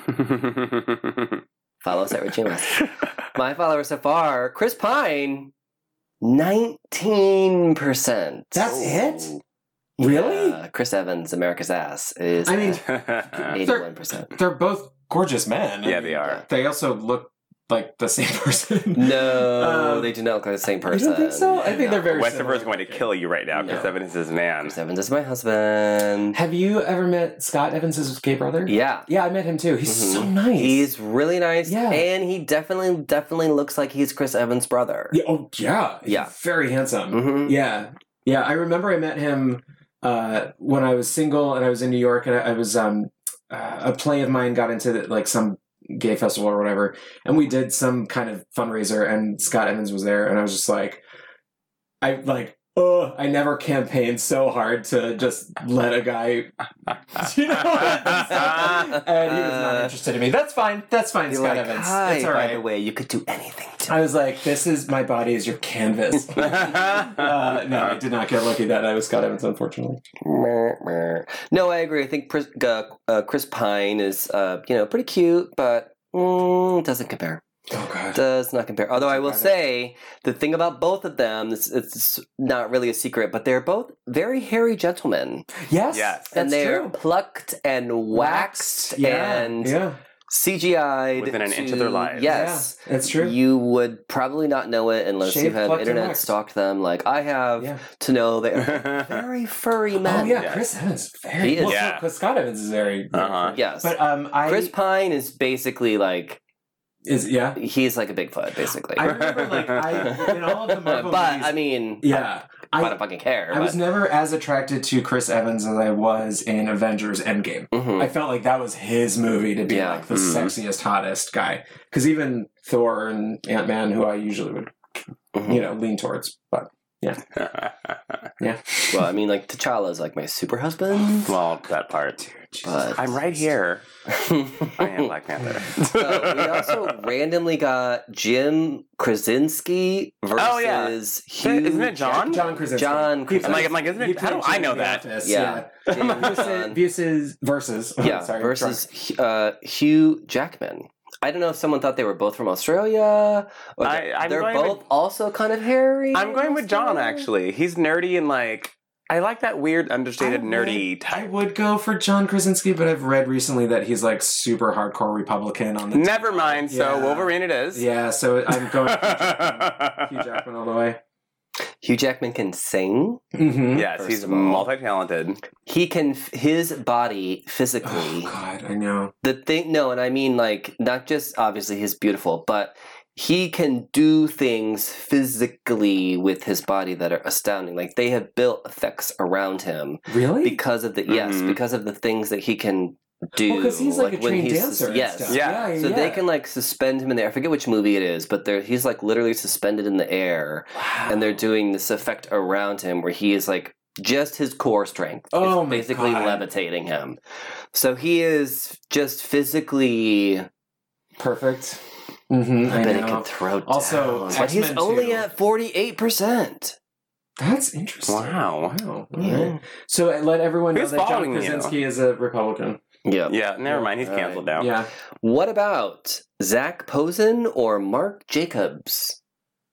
S2: follow us at Regina.
S4: (laughs)
S2: my followers so far, Chris Pine, 19%.
S4: That's it? Really?
S2: uh, Yeah, Chris Evans, America's Ass, is
S4: I mean,
S2: at 81%.
S4: They're both gorgeous
S3: (laughs)
S4: men.
S3: yeah, they are.
S4: They also look like the same (laughs) person.
S2: No,
S4: Um,
S2: they do not look like the same
S4: You
S2: person.
S4: don't think so? I think
S2: No.
S4: they're very
S3: Westeros is
S4: similar.
S3: going to kill you right now because
S2: No.
S3: Evan is his man. (laughs)
S2: Chris Evans is my husband.
S4: Have you ever met Scott Evans' gay brother?
S2: Yeah.
S4: Yeah, I met him too. He's so
S2: Mhm.
S4: nice.
S2: He's really nice.
S4: Yeah.
S2: And he definitely, definitely looks like he's Chris Evans' brother.
S4: yeah, oh yeah, He's
S2: Yeah.
S4: very handsome.
S2: Mhm.
S4: Yeah, yeah. I remember I met him uh, when I was single and I was in New York and I, I was um, uh, a play of mine got into like some gay festival or whatever, and we did some kind of fundraiser and Scott Evans was there and I was just like, I like. Oh, I never campaigned so hard to just let a guy, (laughs) you know, and he was
S2: (laughs)
S4: not interested in me. That's fine. That's fine,
S2: You're
S4: Scott
S2: like,
S4: Evans.
S2: "Hi,
S4: it's all
S2: By the
S4: right.
S2: way, you could do anything to
S4: I was like, this is my body is your canvas. (laughs) uh, no, I did not get lucky that night with Scott Evans, unfortunately.
S2: Meh, meh. No, I agree. I think Chris, uh, uh, Chris Pine is, uh, you know, pretty cute, but mm, doesn't compare.
S4: Oh god.
S2: Does not compare. Although I will
S4: Surprising.
S2: say the thing about both of them, it's, it's not really a secret, but they're both very hairy gentlemen,
S3: Yes.
S4: Yes. That's
S2: and they're
S4: true.
S2: plucked and waxed,
S4: Yeah.
S2: and
S4: yeah.
S2: CGI'd
S3: Within an inch of
S2: to-
S3: their lives.
S2: Yes.
S4: Yeah, that's true.
S2: You would probably not know it unless you
S4: Shaved,
S2: have
S4: plucked, and
S2: internet
S4: waxed.
S2: stalked them, like I have,
S4: Yeah.
S2: to know they
S4: (laughs)
S2: are very furry
S4: Oh
S2: men.
S4: yeah,
S3: Yes.
S4: Chris Evans
S2: He
S4: very
S2: is-
S4: well,
S3: Yeah.
S4: because Scott Evans is very
S3: Uh-huh.
S2: Yes.
S4: But um I
S2: Chris Pine is basically like
S4: is yeah.
S2: he's like a Bigfoot, basically.
S4: I remember
S2: (laughs)
S4: like I in all of the Marvel
S2: but
S4: movies,
S2: I mean,
S4: yeah.
S2: I,
S4: I,
S2: don't fucking care.
S4: I was never as attracted to Chris Evans as I was in Avengers Endgame.
S2: but, Mhm.
S4: I felt like that was his movie to be
S2: Yeah. Mm-hmm.
S4: like the
S3: Mhm.
S4: sexiest, hottest guy. Because even Thor and Ant Man, who I usually would,
S2: Mhm.
S4: you know, lean towards, but
S2: Well, I mean, like T'Challa's like my
S3: (laughs)
S2: super husband.
S3: well, that part.
S2: But-
S3: I'm right here. I am
S2: so
S4: (laughs)
S3: Black Panther.
S2: we also randomly got Jim Krasinski versus
S3: Oh, yeah.
S2: Hugh.
S3: (laughs) Isn't it John?
S4: John Krasinski.
S2: John
S4: He
S3: I'm like, I'm
S2: Krasinski.
S3: like, isn't
S4: He
S3: it? How do
S4: played
S3: I
S4: Jim
S3: know
S4: in The
S3: that?
S4: Office,
S2: Yeah.
S3: (laughs)
S2: James Bond.
S4: Versus, versus versus (laughs)
S2: Yeah,
S4: sorry, drunk.
S2: versus uh, Hugh Jackman. I don't know if someone thought they were both from Australia. Or
S3: I-
S2: they-
S3: I'm
S2: they're
S3: going
S2: both
S3: with-
S2: also kind of hairy.
S3: I'm going with John.
S2: Australia.
S3: Actually, he's nerdy and like I like that weird, understated,
S4: I would-
S3: nerdy
S4: I
S3: type.
S4: would go for John Krasinski, but I've read recently that he's like super hardcore Republican on the
S3: Never mind. So
S4: Yeah.
S3: Wolverine it is.
S4: (laughs)
S3: (laughs)
S4: Yeah, so I'm going Hugh Jackman, Hugh
S3: yes,
S4: Jackman all the way.
S2: Hugh Jackman can sing.
S4: Mm-hmm.
S2: First
S3: he's
S2: of all.
S3: multi-talented.
S2: He can f- his body physically.
S4: Oh God, I know.
S2: the thing no and i mean like not just obviously he's beautiful but he can do things physically with his body that are astounding like they have built effects around him
S4: Really?
S2: because of the yes
S3: Mhm.
S2: because of the things that he can do
S4: because Oh, he's like, a
S2: when
S4: trained
S2: he's-
S4: dancer. and
S2: yes
S4: stuff.
S3: Yeah.
S2: so they can like suspend him in the air i forget which movie it is but they're he's like literally suspended in the air and they're doing this effect around him where he is like just his core strength is
S4: Oh my
S2: basically
S4: God.
S2: levitating him so he is just physically
S4: perfect. Mm-hmm, I
S2: but it can
S4: know.
S2: throw
S4: Also,
S2: down. but he's
S4: X-Men
S2: only
S4: 2.
S2: at 48%
S4: That's interesting.
S3: Wow.
S4: Wow.
S2: yeah,
S4: Alright. So uh, let everyone know
S3: Who's
S4: that John
S3: following you?
S4: Krasinski is a Republican.
S3: Yeah. Never mind. He's
S2: All
S3: canceled now.
S4: Yeah.
S2: what about zach posen or mark jacobs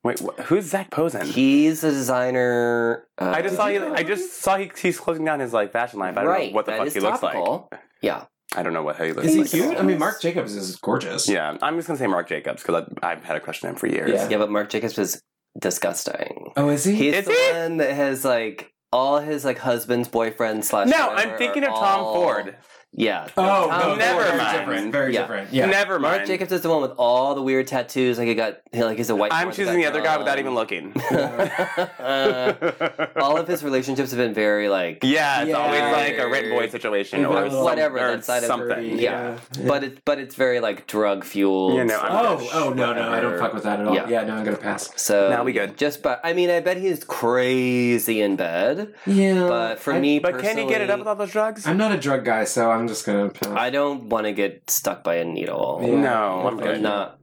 S3: Wait, wh- who's Zach Posen?
S2: he's a designer uh,
S3: I just saw. He, I just saw he, he's closing down his like fashion line. but I don't
S2: right,
S3: know what the
S2: that
S3: fuck
S2: is
S3: he looks like.
S2: topical. yeah
S3: I don't know what how he looks
S4: Is he
S3: like.
S4: cute? I mean, Mark Jacobs is gorgeous.
S3: Yeah, I'm just gonna say Mark Jacobs because I've had a question on him for years.
S4: Yeah.
S2: yeah but mark jacobs is disgusting
S4: Oh, is he?
S2: He's
S3: Is
S2: the
S3: he?
S2: one that has like all his like husband's boyfriend slash.
S3: No,
S2: whatever
S3: I'm thinking
S2: are
S3: of Tom
S2: all-
S3: Ford.
S2: Yeah. Tom
S4: oh, no,
S2: Ford.
S3: never
S4: very
S3: mind.
S4: different. Very
S2: Yeah.
S4: different. Yeah.
S3: Never mind.
S2: Mark Jacobs is the one with all the weird tattoos. Like he got, he, like he's a white.
S3: I'm choosing the other guy without even
S2: (laughs)
S3: looking. (laughs)
S2: looking. (laughs) all of his relationships have been very like,
S3: Yeah, it's
S4: Yeah.
S3: always like a red boy situation
S4: We've
S3: or
S4: got a little-
S2: Whatever,
S3: Some, or
S2: that side of
S3: something.
S2: dirty. Yeah. but it's but it's very like drug fueled.
S3: You know, I'm-
S4: Oh, oh no, no, I don't fuck with that at all.
S2: Yeah.
S4: Yeah, no, I'm gonna pass.
S2: so
S3: Now we good.
S2: Just but I mean, I bet he's crazy in bed.
S4: Yeah,
S2: But for
S4: I-
S2: me,
S3: But can you get it up with
S2: personally,
S3: all those drugs?
S4: I'm not a drug guy, so I'm just gonna pass.
S2: I don't want to get stuck by a needle.
S4: Yeah.
S3: no, I'm
S2: Or
S3: good.
S2: not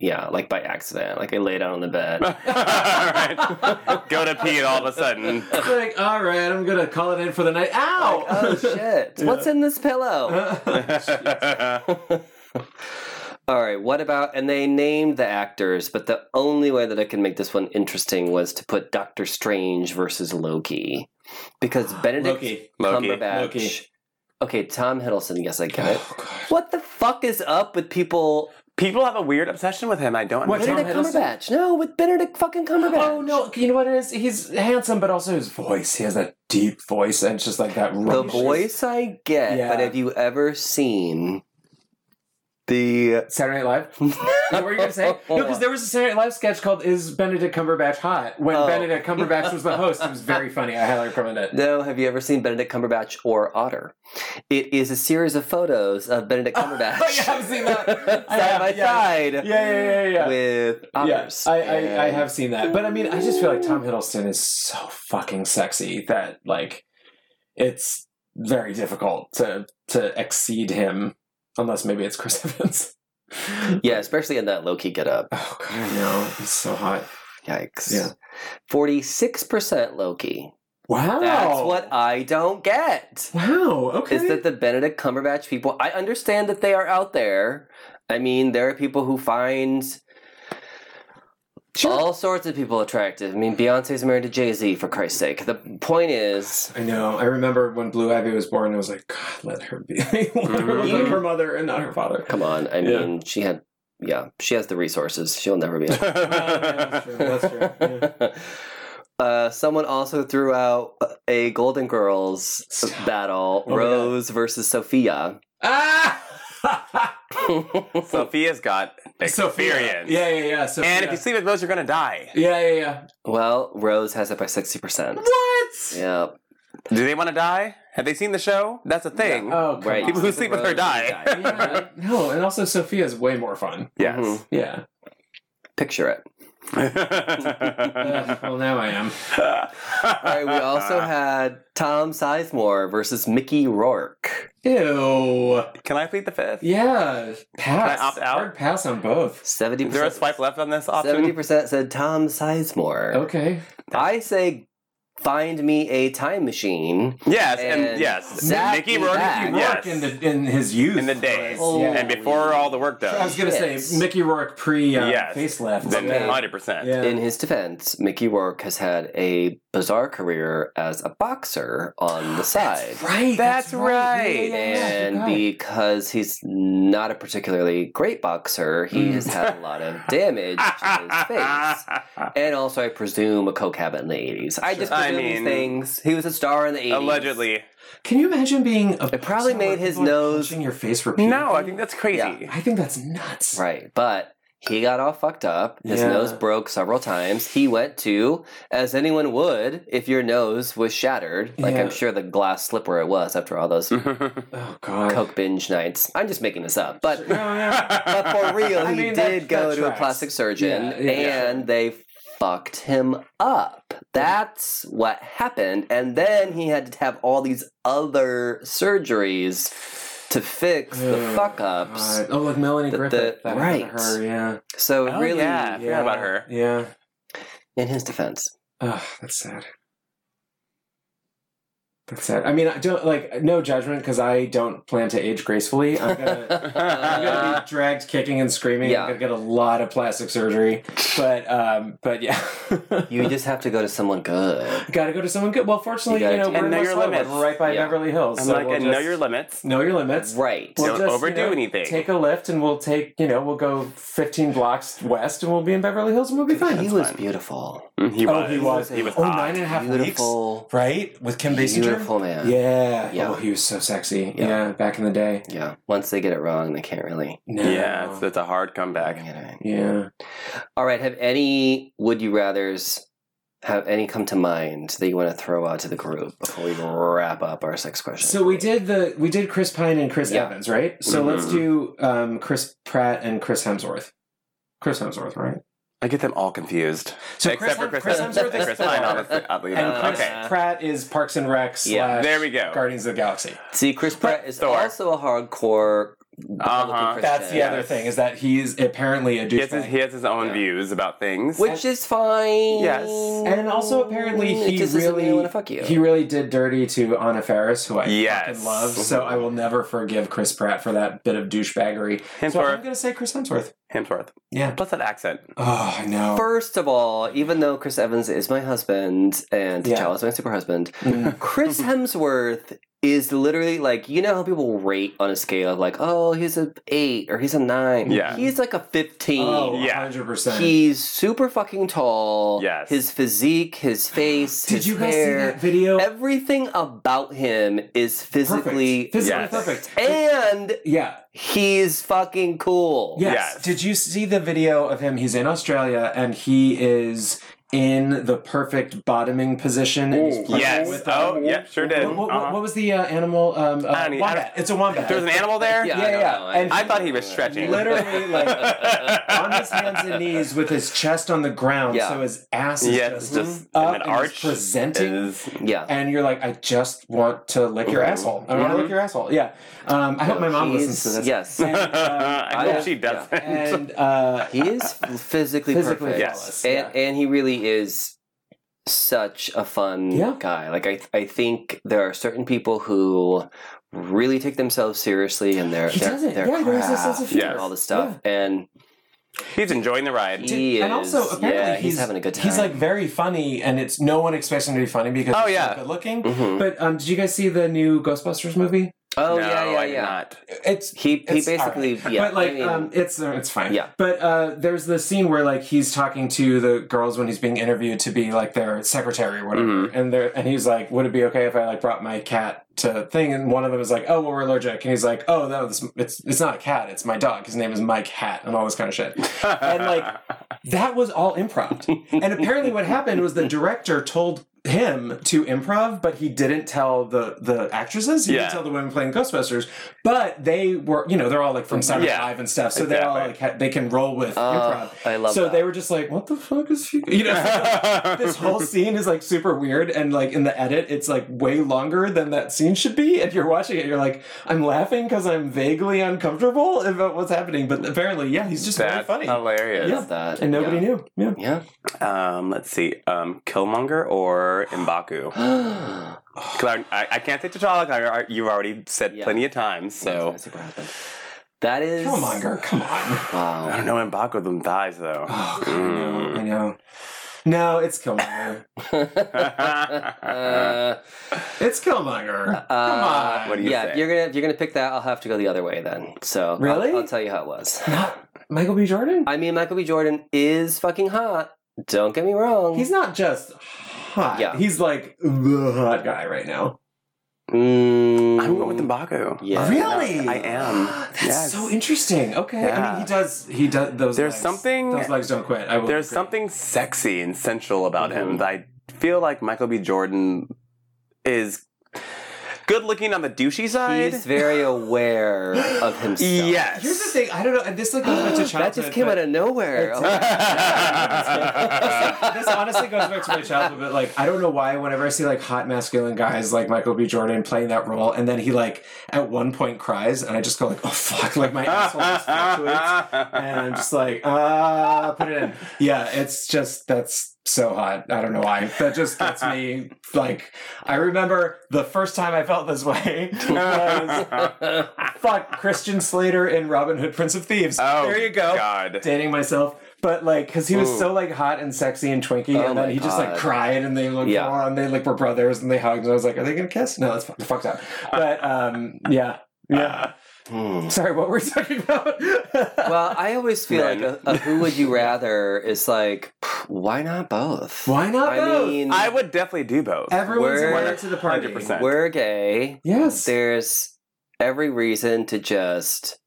S2: yeah like by accident like i lay down on the
S4: (laughs)
S2: bed
S3: all right, (laughs) go to pee, and all of a sudden,
S4: It's like, all right, I'm gonna call it in for the night. Ow! (laughs)
S2: oh shit what's in this
S4: Uh-huh.
S2: pillow all right what about and they named the actors but the only way that i could make this one interesting was to put doctor strange versus loki
S4: (gasps)
S2: because benedict
S4: Loki.
S3: Loki.
S2: cumberbatch
S4: Loki.
S2: okay tom hiddleston yes i get
S4: (sighs)
S2: it
S4: Oh, God.
S2: what the fuck is up with people
S3: (laughs) people have a weird obsession with him. I don't
S4: What,
S3: understand.
S2: benedict
S4: Hiddleston?
S2: cumberbatch no with benedict fucking cumberbatch
S4: Oh no! You know what it is? He's handsome, but also his voice—he has that deep voice, and it's just like that.
S2: The
S4: raucous-
S2: voice I get,
S4: Yeah.
S2: but have you ever seen the?
S4: Saturday Night Live. (laughs) What were you gonna
S2: (laughs)
S4: say? No, because there was a Saturday Night Live sketch called "Is Benedict Cumberbatch Hot?" When
S2: Oh.
S4: Benedict Cumberbatch was the host, it was very funny. I highly
S2: (laughs)
S4: recommend it. (laughs)
S2: No, have you ever seen Benedict Cumberbatch or Otter? It is a series of photos of Benedict
S4: (laughs)
S2: Cumberbatch
S4: Oh, yeah, I've seen that. I
S2: (laughs) side
S4: have,
S2: by
S4: yeah.
S2: side
S4: Yeah, yeah, yeah, yeah.
S2: with otters.
S4: Yes, I, I, I have seen that, but I mean, I just feel like Tom Hiddleston is so fucking sexy that like it's very difficult to to exceed him, unless maybe it's Chris (laughs) Evans.
S2: Yeah, especially in that Loki getup.
S4: Oh god, no, he's so hot.
S2: Yikes.
S4: Yeah.
S2: Forty-six percent Loki.
S4: Wow,
S2: That's what I don't get.
S4: Wow. Okay.
S2: Is that the Benedict Cumberbatch people? I understand that they are out there. I mean, there are people who find
S4: Sure.
S2: All sorts of people attractive. I mean, Beyonce's married to Jay Z, for Christ's sake. The point is,
S4: I know. I remember when Blue Ivy was born. I was like, God, let her be (laughs) let her, be
S2: Mhm.
S4: her mother and not her father.
S2: come on. I
S4: Yeah.
S2: mean, she had, yeah, she has the resources. She'll never be.
S4: (laughs) That's true. That's true. Yeah.
S2: (laughs) uh, someone also threw out a Golden Girls
S4: Stop.
S2: battle:
S4: Oh my God.
S2: Rose versus Sophia. (laughs)
S4: (laughs) Ah!
S3: (laughs) Sophia's got experience.
S4: Yeah, yeah, yeah. Sophia.
S3: And if you sleep with those, you're gonna die.
S4: yeah, yeah, yeah.
S2: well, Rose has it by sixty percent.
S4: What?
S2: Yeah,
S3: Do they want to die? Have they seen the show? That's a thing.
S4: Oh, come
S2: right.
S4: on.
S3: People who sleep with her
S2: Rose,
S3: die. (laughs)
S2: you
S4: Yeah. no, and also Sophia's way more fun. (laughs)
S3: Yes.
S2: Mhm.
S4: Yeah.
S2: Picture it.
S3: (laughs)
S4: Ugh, well, now I am.
S2: Mm-hmm. All right, we
S4: (laughs)
S2: also had Tom Sizemore versus Mickey Rourke.
S4: Ew.
S3: Can I plead the fifth?
S4: Yeah. Pass.
S3: Can I opt out?
S4: Hard pass on both.
S2: 70%.
S3: Is there a swipe left on this option?
S2: 70% said Tom Sizemore.
S4: Okay.
S2: I say find me a time machine.
S3: Yes, and,
S2: And
S3: yes.
S2: Zach
S3: Mickey
S2: is
S3: Rourke,
S2: back.
S4: Mickey
S3: yes.
S4: Rourke in, the, in his youth.
S3: in the days.
S4: Oh, yeah.
S3: And before all the work
S4: I
S3: done.
S4: was going to
S2: Yes.
S4: say Mickey Rourke pre uh,
S3: Yes.
S4: facelift.
S3: Then
S2: Okay.
S3: 100%.
S4: Yeah.
S2: In his defense, Mickey Rourke has had a bizarre career as a boxer on
S4: (gasps)
S2: the side.
S4: Right. Oh
S3: That's right.
S4: Yeah, yeah, yeah, I
S2: And
S4: forgot.
S2: because he's not a particularly great boxer, he has had a
S3: (laughs)
S2: lot of damage to his face. And also, I presume, a coke habit in the 80s. I just
S3: Sure. I
S2: presume these
S3: mean-
S2: things. He was a star in the
S3: (laughs)
S2: 80s.
S3: Allegedly.
S4: Can you imagine being a
S2: It probably
S4: person
S2: made
S4: where
S2: his
S4: people are
S2: nose-
S4: punching your face repeatedly?
S3: No, I think that's crazy.
S4: I think that's nuts.
S2: Right. But he got all fucked up. His
S4: Yeah.
S2: nose broke several times. He went to, as anyone would, if your nose was shattered, like
S4: Yeah.
S2: I'm sure the glass slipper it was after all
S3: Mm.
S2: those
S4: Oh god.
S2: coke binge nights. I'm just making this up. But
S4: No, yeah.
S2: but for
S3: (laughs)
S2: real,
S4: (laughs) I
S2: he
S4: mean, that-
S2: did
S4: that
S2: go to a
S4: tracks.
S2: plastic surgeon,
S4: Yeah, yeah, yeah.
S2: and they fucked him up. That's what happened, and then he had to have all these other surgeries to fix the
S4: Ugh,
S2: fuck ups.
S4: God. Oh, like Melanie
S2: The- the-
S4: Griffith. that
S2: right.
S4: happened to Her, yeah.
S2: So
S3: Oh,
S2: really,
S3: yeah. I forgot
S4: yeah.
S3: about her.
S4: Yeah.
S2: in his defense,
S4: Ugh, that's sad. That's sad. I mean, I don't like no judgment because I don't plan to age gracefully.
S2: (laughs)
S4: I'm gonna, I'm gonna be dragged kicking and screaming.
S2: Yeah.
S4: I'm gonna get a lot of plastic surgery. But um, but yeah,
S2: (laughs)
S4: (laughs)
S2: you just have to go to someone good.
S4: gotta go to someone good. Well, fortunately,
S2: You
S4: you,
S2: gotta
S4: know,
S2: take-
S3: And
S4: we're, in
S3: know
S4: West
S3: your
S4: Hollywood.
S3: limits.
S4: we're right by
S2: Yeah.
S4: Beverly Hills.
S3: I'm
S4: so
S3: like,
S4: we'll
S3: and
S4: just-
S3: know your limits.
S4: know your limits.
S2: Right.
S3: Don't overdo anything.
S4: Take a lift, and we'll take you know we'll go 15 blocks west, and we'll be in Beverly Hills, and we'll be fine.
S2: he was beautiful.
S3: Mm, He
S4: oh, he was.
S3: He was
S4: oh,
S3: hot.
S4: nine and a half
S2: Mm-hmm. Beautiful.
S4: weeks, right? With Kim Basinger.
S2: Beautiful man.
S4: Yeah.
S2: Yeah.
S4: Oh, he was so sexy.
S2: Yeah.
S4: Yeah. back in the day.
S2: Yeah. Once they get it wrong, they can't really.
S4: No.
S3: Yeah, it's, it's a hard comeback.
S4: yeah.
S2: All right. Have any would you rather's have any come to mind that you want to throw out to the group before we wrap up our sex question?
S4: So we did the we did Chris Pine and Chris
S2: Yeah.
S4: Evans, right? So
S3: Mhm.
S4: let's do um, Chris Pratt and Chris Hemsworth. Chris Hemsworth, right?
S3: I get them all confused.
S4: So
S3: Except for
S4: Hem-
S3: Chris,
S4: Hemsworth
S3: and
S4: is
S3: Chris
S4: Thor,
S3: Pine, honestly, oddly
S4: and
S3: enough.
S4: Chris
S3: Okay,
S4: Pratt is Parks and Rec
S2: Yeah.
S4: slash
S3: there we go.
S4: Guardians of the Galaxy.
S2: see, Chris Pratt is
S3: Thor.
S2: also a hardcore.
S3: Uh-huh.
S2: Republican
S4: That's the
S2: Christian,
S4: other thing is that he's apparently a
S3: He has, his, he
S4: douchebag.
S3: has his own
S2: Yeah.
S3: views about things.
S2: which is fine.
S3: Yes.
S4: And also apparently
S2: It
S4: he
S2: just doesn't mean I
S4: really-
S2: want to fuck you.
S4: He really did dirty to Anna Faris, who I
S3: Yes.
S4: fucking love. So I will never forgive Chris Pratt for that bit of douchebaggery. So I'm
S3: Hemsworth.
S4: gonna say Chris Hemsworth.
S3: Hemsworth.
S4: Yeah.
S3: Plus that accent.
S4: Oh, I know.
S2: First of all, even though Chris Evans is my husband and
S4: Yeah.
S2: T'Challa is my super husband,
S4: Mm. (laughs)
S2: Chris Hemsworth is literally like you know how people rate on a scale of like oh he's a eight or he's a nine.
S3: Yeah.
S2: he's like a fifteen.
S4: oh,
S3: Yeah.
S4: 100%.
S2: He's super fucking tall.
S3: Yes.
S2: His physique, his
S4: (gasps)
S2: face,
S4: Did
S2: his
S4: you guys see
S2: hair,
S4: that video?
S2: everything about him is
S4: Perfect.
S2: physically.
S4: physically
S3: Yes.
S4: perfect.
S2: And
S4: yeah.
S2: he's fucking cool.
S4: Yes.
S3: Yes.
S4: Did you see the video of him? He's in Australia and he is in the perfect bottoming position. and he's playing
S3: Yes.
S4: with a-
S3: Oh, yeah, sure did.
S4: What, what,
S3: Uh-huh.
S4: what was the uh, animal? Um, uh,
S3: I don't e- I
S4: wombat. It's a wombat. (laughs)
S3: There's an animal there?
S2: Yeah,
S4: Yeah,
S2: I don't
S4: yeah.
S2: know.
S4: And
S3: I thought he was stretching.
S4: Literally, like
S3: (laughs)
S4: on his hands and knees, with his chest on the ground,
S2: Yeah.
S4: so his ass is
S3: Yeah, it's
S4: just,
S3: just
S4: up
S3: an
S4: and
S3: arch.
S4: he's presenting. (laughs)
S3: is-
S2: (laughs) Yeah.
S4: and you're like, I just want to lick your
S3: Mhm.
S4: asshole. I want to lick your asshole. Yeah. Um, I hope my mom
S2: He's-
S4: listens to this.
S2: Yes.
S4: And, uh,
S3: (laughs) I hope she doesn't.
S4: and uh,
S2: He is physically,
S4: physically
S2: perfect.
S4: flawless.
S2: And and he really is such a fun
S4: Yeah.
S2: guy. Like I I think there are certain people who really take themselves seriously and they're
S4: He
S2: they're,
S4: doesn't.
S2: they're
S4: Yeah, there is a sense of
S3: humor.
S2: all this stuff. And
S3: (laughs) He's enjoying the ride.
S2: he is
S4: and also apparently
S2: yeah,
S4: he's,
S2: he's, having a good time.
S4: He's like very funny, and it's no one expects him to be funny because
S3: Oh,
S4: he's
S3: yeah.
S4: so good looking.
S2: Mhm.
S4: But um, did you guys see the new Ghostbusters movie?
S2: Oh
S3: no,
S2: yeah, yeah,
S3: I did
S2: yeah.
S3: not.
S4: It's
S2: He he
S4: It's
S2: basically yeah.
S4: but like
S2: I mean,
S4: um, it's uh, it's fine.
S2: Yeah.
S4: But uh, there's the scene where like he's talking to the girls when he's being interviewed to be like their secretary or whatever,
S2: Mm-hmm.
S4: and they're and he's like, "Would it be okay if I like brought my cat to thing?" And one of them is like, "Oh, well, we're allergic," and he's like, "Oh, no, this, it's it's not a cat. It's my dog. His name is Mike Hat," and all this kind of shit.
S3: (laughs)
S4: and like that was all improv. and apparently, what happened was the director told him to improv, but he didn't tell the the actresses. He
S3: Yeah.
S4: didn't tell the women playing Ghostbusters. But they were, you know, they're all like from Saturday
S3: Yeah.
S4: Live and stuff, so they all like
S3: Exactly.
S4: ha- they can roll with
S2: Oh,
S4: improv.
S2: I love
S4: so
S2: that.
S4: they were just like, "What the fuck is she?"
S3: (laughs)
S4: You know, this whole scene is like super weird, and like in the edit, it's like way longer than that scene should be. If you're watching it, you're like, "I'm laughing because I'm vaguely uncomfortable about what's happening," but apparently, yeah, he's just very
S3: That's
S4: funny,
S3: hilarious.
S4: Yeah.
S2: that.
S4: and nobody knew. Yeah.
S3: (gasps)
S2: Yeah. (gasps)
S3: Um, let's see. Um, Killmonger or Mbaku?
S2: yeah.
S3: 'Cause I, I, I can't say T'Challa. 'cause I- You've already said
S2: Yeah.
S3: plenty of times, so
S2: That's super happened. That is.
S4: Killmonger, come on.
S3: I
S2: Wow.
S3: don't know. Mbaku with them thighs though.
S4: (laughs) Oh, God, I know, I know. No, it's Killmonger.
S2: (laughs) Uh,
S4: It's Killmonger. Come
S2: Uh,
S4: on.
S3: What do you
S2: yeah,
S3: think?
S2: if you're gonna if you're gonna pick that, I'll have to go the other way then. So I'll-
S4: Really?
S2: I'll, tell you how it was.
S4: Not Michael B. Jordan?
S2: I mean, Michael B. Jordan is fucking hot. Don't get me wrong.
S4: He's not just hot.
S2: Yeah.
S4: He's like the hot guy right now.
S2: Mm,
S3: (laughs) I'm going with Mbaku.
S2: Yeah.
S4: really?
S3: I am.
S4: (gasps) That's
S3: Yes.
S4: so interesting. Okay. I
S3: Yeah.
S4: mean, he does. He does those.
S3: There's
S4: legs.
S3: something-
S4: Those legs don't quit. I will.
S3: There's
S4: agree.
S3: something sexy and sensual about him
S2: Mhm.
S3: that I feel like Michael B. Jordan is good looking on the douchey side.
S2: He's very aware of himself.
S4: (gasps)
S3: yes.
S4: Here's the thing. I don't know. And this like goes back to
S2: (gasps)
S4: childhood.
S2: that just came
S4: but-
S2: out of nowhere.
S4: It's-
S2: Oh,
S4: this honestly goes back to my childhood, but like I don't know why. Whenever I see like hot masculine guys like Michael B. Jordan playing that role, and then he like at one point cries, and I just go like, "Oh fuck!" Like my asshole just fluctuates, and I'm just like, "Ah, put it in." Yeah, it's just that's so hot. I don't know why. That just gets me like. I remember the first time I felt this way (laughs) was fuck Christian Slater in Robin Hood, Prince of Thieves.
S3: (laughs) oh,
S4: there you go
S3: God.
S4: dating myself. But like, because he was
S3: Ooh.
S4: so like hot and sexy and twinky,
S2: Oh
S4: and then
S2: my
S4: he just like
S2: God.
S4: cried, and they looked
S2: Yeah.
S4: yeah. and they like were brothers, and they hugged, and I was like, are they gonna kiss? No, that's fucked, fucked up. But um, yeah, yeah.
S2: Hmm.
S4: Sorry, what were we talking about?
S2: (laughs) well, I always feel
S3: Men.
S2: like a, a who would you rather is like, pff, why not both?
S4: Why not?
S2: I
S4: both?
S3: (laughs)
S2: mean,
S3: I would definitely do both.
S4: everyone's
S2: we're-
S4: invited to the party.
S3: 100%.
S2: we're gay.
S4: Yes.
S2: There's every reason to just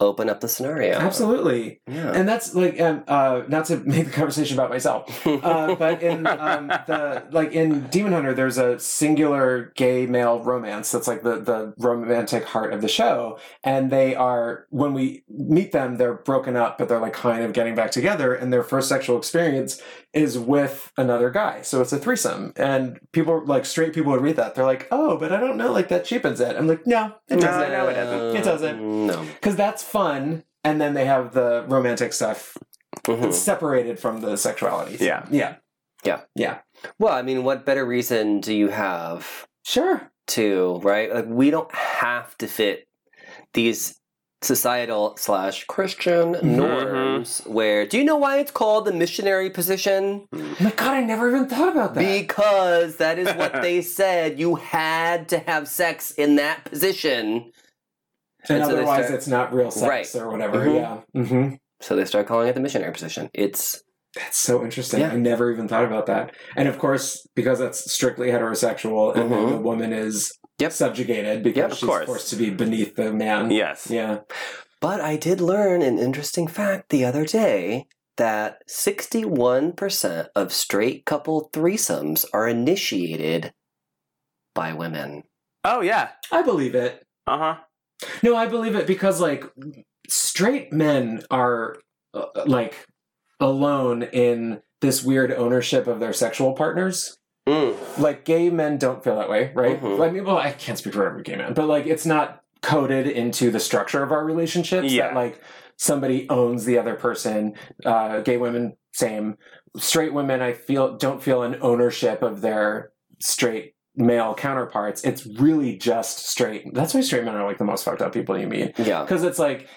S2: open up the scenario.
S4: Absolutely,
S2: Yeah.
S4: and that's like, um, uh, not to make the conversation about myself, (laughs) uh, but in um, the like in Demon Hunter, there's a singular gay male romance that's like the the romantic heart of the show, and they are when we meet them, they're broken up, but they're like kind of getting back together, and their first sexual experience is with another guy, so it's a threesome, and people like straight people would read that, they're like, oh, but I don't know, like that cheapens it. I'm like, no, it
S3: No,
S4: doesn't,
S3: no, it doesn't.
S4: It doesn't.
S2: No.
S4: because that's fun. And then they have the romantic stuff
S2: Mhm.
S4: separated from the sexuality.
S3: Yeah.
S4: Yeah.
S2: Well, I mean, what better reason do you have
S4: Sure.
S2: to, right? Like, we don't have to fit these societal slash Christian norms where, do you know why it's called the missionary position?
S4: my god, I never even thought about that.
S2: Because that is what they said. You had to have sex in that position.
S4: and
S2: And so they
S4: otherwise,
S2: start-
S4: it's not real sex
S2: Right.
S4: or whatever.
S2: Mhm.
S4: Yeah. Mm-hmm.
S2: So they start calling it the missionary position. It's
S4: That's so interesting.
S2: Yeah.
S4: I never even thought about that. And of course, because that's strictly heterosexual, and then
S2: Mhm.
S4: the woman is
S2: Yep.
S4: subjugated because
S2: Yep,
S3: of
S4: she's
S3: course.
S4: forced to be beneath the man.
S3: Yes.
S4: Yeah.
S2: but I did learn an interesting fact the other day that 61% of straight couple threesomes are initiated by women.
S3: Oh, yeah.
S4: I believe it.
S3: Uh huh.
S4: No, I believe it because like straight men are uh, like alone in this weird ownership of their sexual partners. like gay men don't feel that way, right?
S2: Mhm.
S4: I mean, well, I can't speak for every gay man, but like it's not coded into the structure of our relationships
S3: Yeah.
S4: that like somebody owns the other person. Uh, gay women, same. Straight women, I feel don't feel an ownership of their straight male counterparts. It's really just straight. That's why straight men are like the most fucked up people you meet
S2: Yeah.
S4: because it's like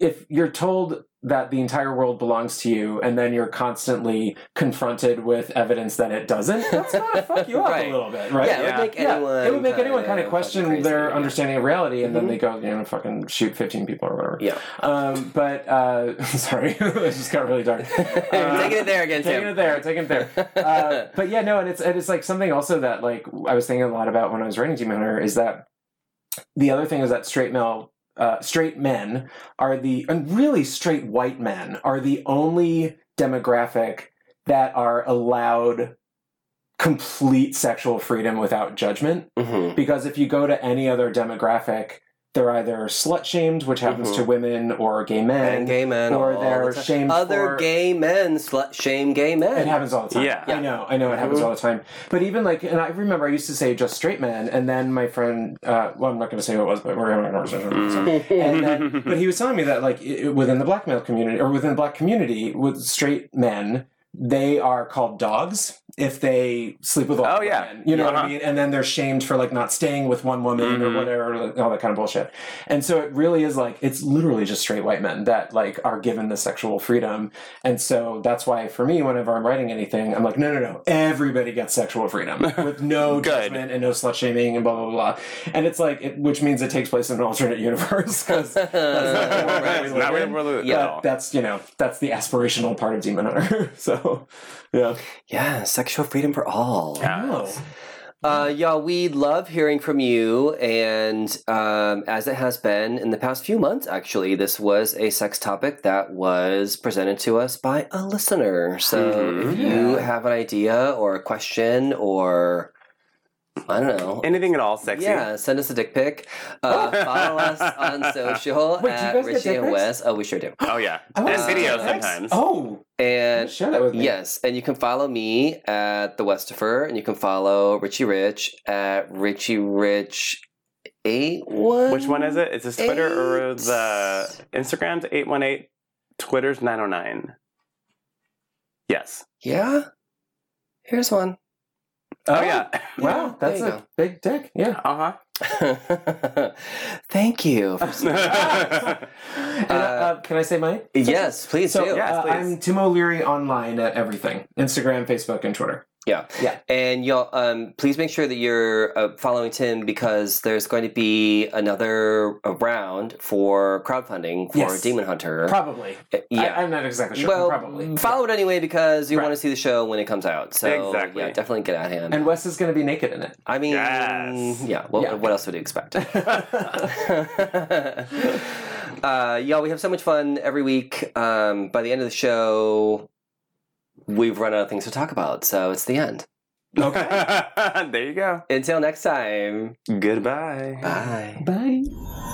S4: if you're told that the entire world belongs to you and then you're constantly confronted with evidence that it doesn't
S2: (laughs)
S4: that's gonna fuck you up
S2: Right.
S4: a little bit right
S2: Yeah, it
S3: Yeah.
S2: would make
S4: Yeah,
S2: anyone.
S4: it would make anyone
S2: kinda
S4: kind of question
S2: fucking crazy,
S4: their
S2: yeah. (laughs)
S4: understanding of reality and
S2: Mhm.
S4: then they go you know fucking shoot 15 people or whatever
S2: Yeah.
S4: um, but uh, (laughs) sorry it just got really dark
S2: Taking it there again,
S4: taking it
S2: Tim.
S4: there taking it there
S2: (laughs)
S4: uh, (laughs) but yeah, no, and it's and it's like something also that like I was thinking a lot about when I was writing Demon Hunter is that the other thing is that straight male, uh, straight men are the and really straight white men are the only demographic that are allowed complete sexual freedom without judgment
S2: hmm
S4: because if you go to any other demographic, they're either slut shamed, which happens
S3: Mhm.
S4: to women or gay men.
S2: Mm-hmm. And gay men,
S4: or
S2: all
S4: they're
S2: the time.
S4: shamed
S2: Other
S4: for-
S2: gay men slut shame gay
S4: It
S2: (laughs) men.
S4: happens all the time.
S3: Yeah.
S4: I know, I know, it happens all the time. But even like, and I remember I used to say just straight men, and then my friend, uh, well, I'm not going to say who it was, but we're having a conversation.
S3: Mm.
S4: And then, but he was telling me that like i i- within the black male community or within the black community with straight men, they are called dogs if they sleep with all
S3: Oh,
S4: other
S3: yeah.
S4: men. You know what
S3: Uh-huh.
S4: I mean? And then they're shamed for like not staying with one woman
S3: Mhm.
S4: or whatever, like, all that kind of bullshit. And so it really is like it's literally just straight white men that like are given the sexual freedom. And so that's why for me, whenever I'm writing anything, I'm like, no, no, no, everybody gets sexual
S3: (laughs)
S4: freedom with no
S3: Good.
S4: judgment and no slut shaming and blah blah blah. And it's like, it, which means it takes place in an alternate
S2: (laughs)
S4: universe because
S3: It's not where we're lo- at all.
S4: that's you know that's the aspirational part of Demon Hunter. (laughs) so yeah, Oh,
S2: yeah, sexual freedom for (laughs) all.
S3: Yeah.
S2: Uh, y'all, we love hearing from you, and um, as it has been in the past few months, actually, this was a sex topic that was presented to us by a listener. So,
S3: Mhm.
S2: if you
S4: Mm-hmm. Yeah.
S2: have an idea or a question, or I don't know,
S3: Anything at all sexy.
S2: yeah, send us a dick pic.
S4: (laughs)
S2: Uh, follow us on social
S4: Wait, do you
S2: at
S4: guys get
S2: Richie
S4: dick
S2: and
S4: pics?
S2: Wes. Oh, we sure do.
S3: Oh, yeah.
S4: I wanna
S3: and
S4: see
S3: video
S2: videos
S4: that.
S3: sometimes.
S4: Oh,
S2: And
S4: share that with me.
S2: Yes, and you can follow me at the Westifer, and you can follow Richie Rich at Richie Rich eight one.
S3: Which one is it? Is this Twitter or the Instagram's 818, Twitter's 909? Yes.
S2: Yeah, here's one. (laughs)
S3: Oh, (laughs) yeah.
S4: Wow, that's a
S2: There you go.
S4: big dick.
S3: (laughs)
S4: Yeah.
S3: Uh
S2: Thank
S4: (laughs)
S2: you. for-
S3: huh.
S4: And, uh, uh, can I say mine?
S2: yes, please
S4: So
S3: yeah.
S2: do.
S4: uh,
S3: Yes, please.
S4: I'm Tim O'Leary online at everything: Instagram, Facebook, and Twitter.
S2: Yeah.
S4: Yeah.
S2: And y'all, um, please make sure that you're uh, following Tim because there's going to be another uh, round for crowdfunding for
S4: Yes.
S2: Demon Hunter.
S4: Probably.
S2: Uh, yeah.
S4: I, am not exactly sure.
S2: well,
S4: probably.
S2: follow it anyway because you
S4: Right.
S2: want to see the show when it comes out. So
S3: Exactly.
S2: yeah, definitely get at him.
S4: And Wes is going to be naked in it.
S2: I mean,
S3: Yes.
S2: yeah. Well,
S4: Yeah.
S2: what else would you expect? (laughs) uh, y'all, we have so much fun every week. Um, by the end of the show, we've run out of things to talk about, so it's the end.
S3: okay. (laughs) there you go.
S2: Until next time,
S3: Goodbye.
S2: bye.
S4: Bye.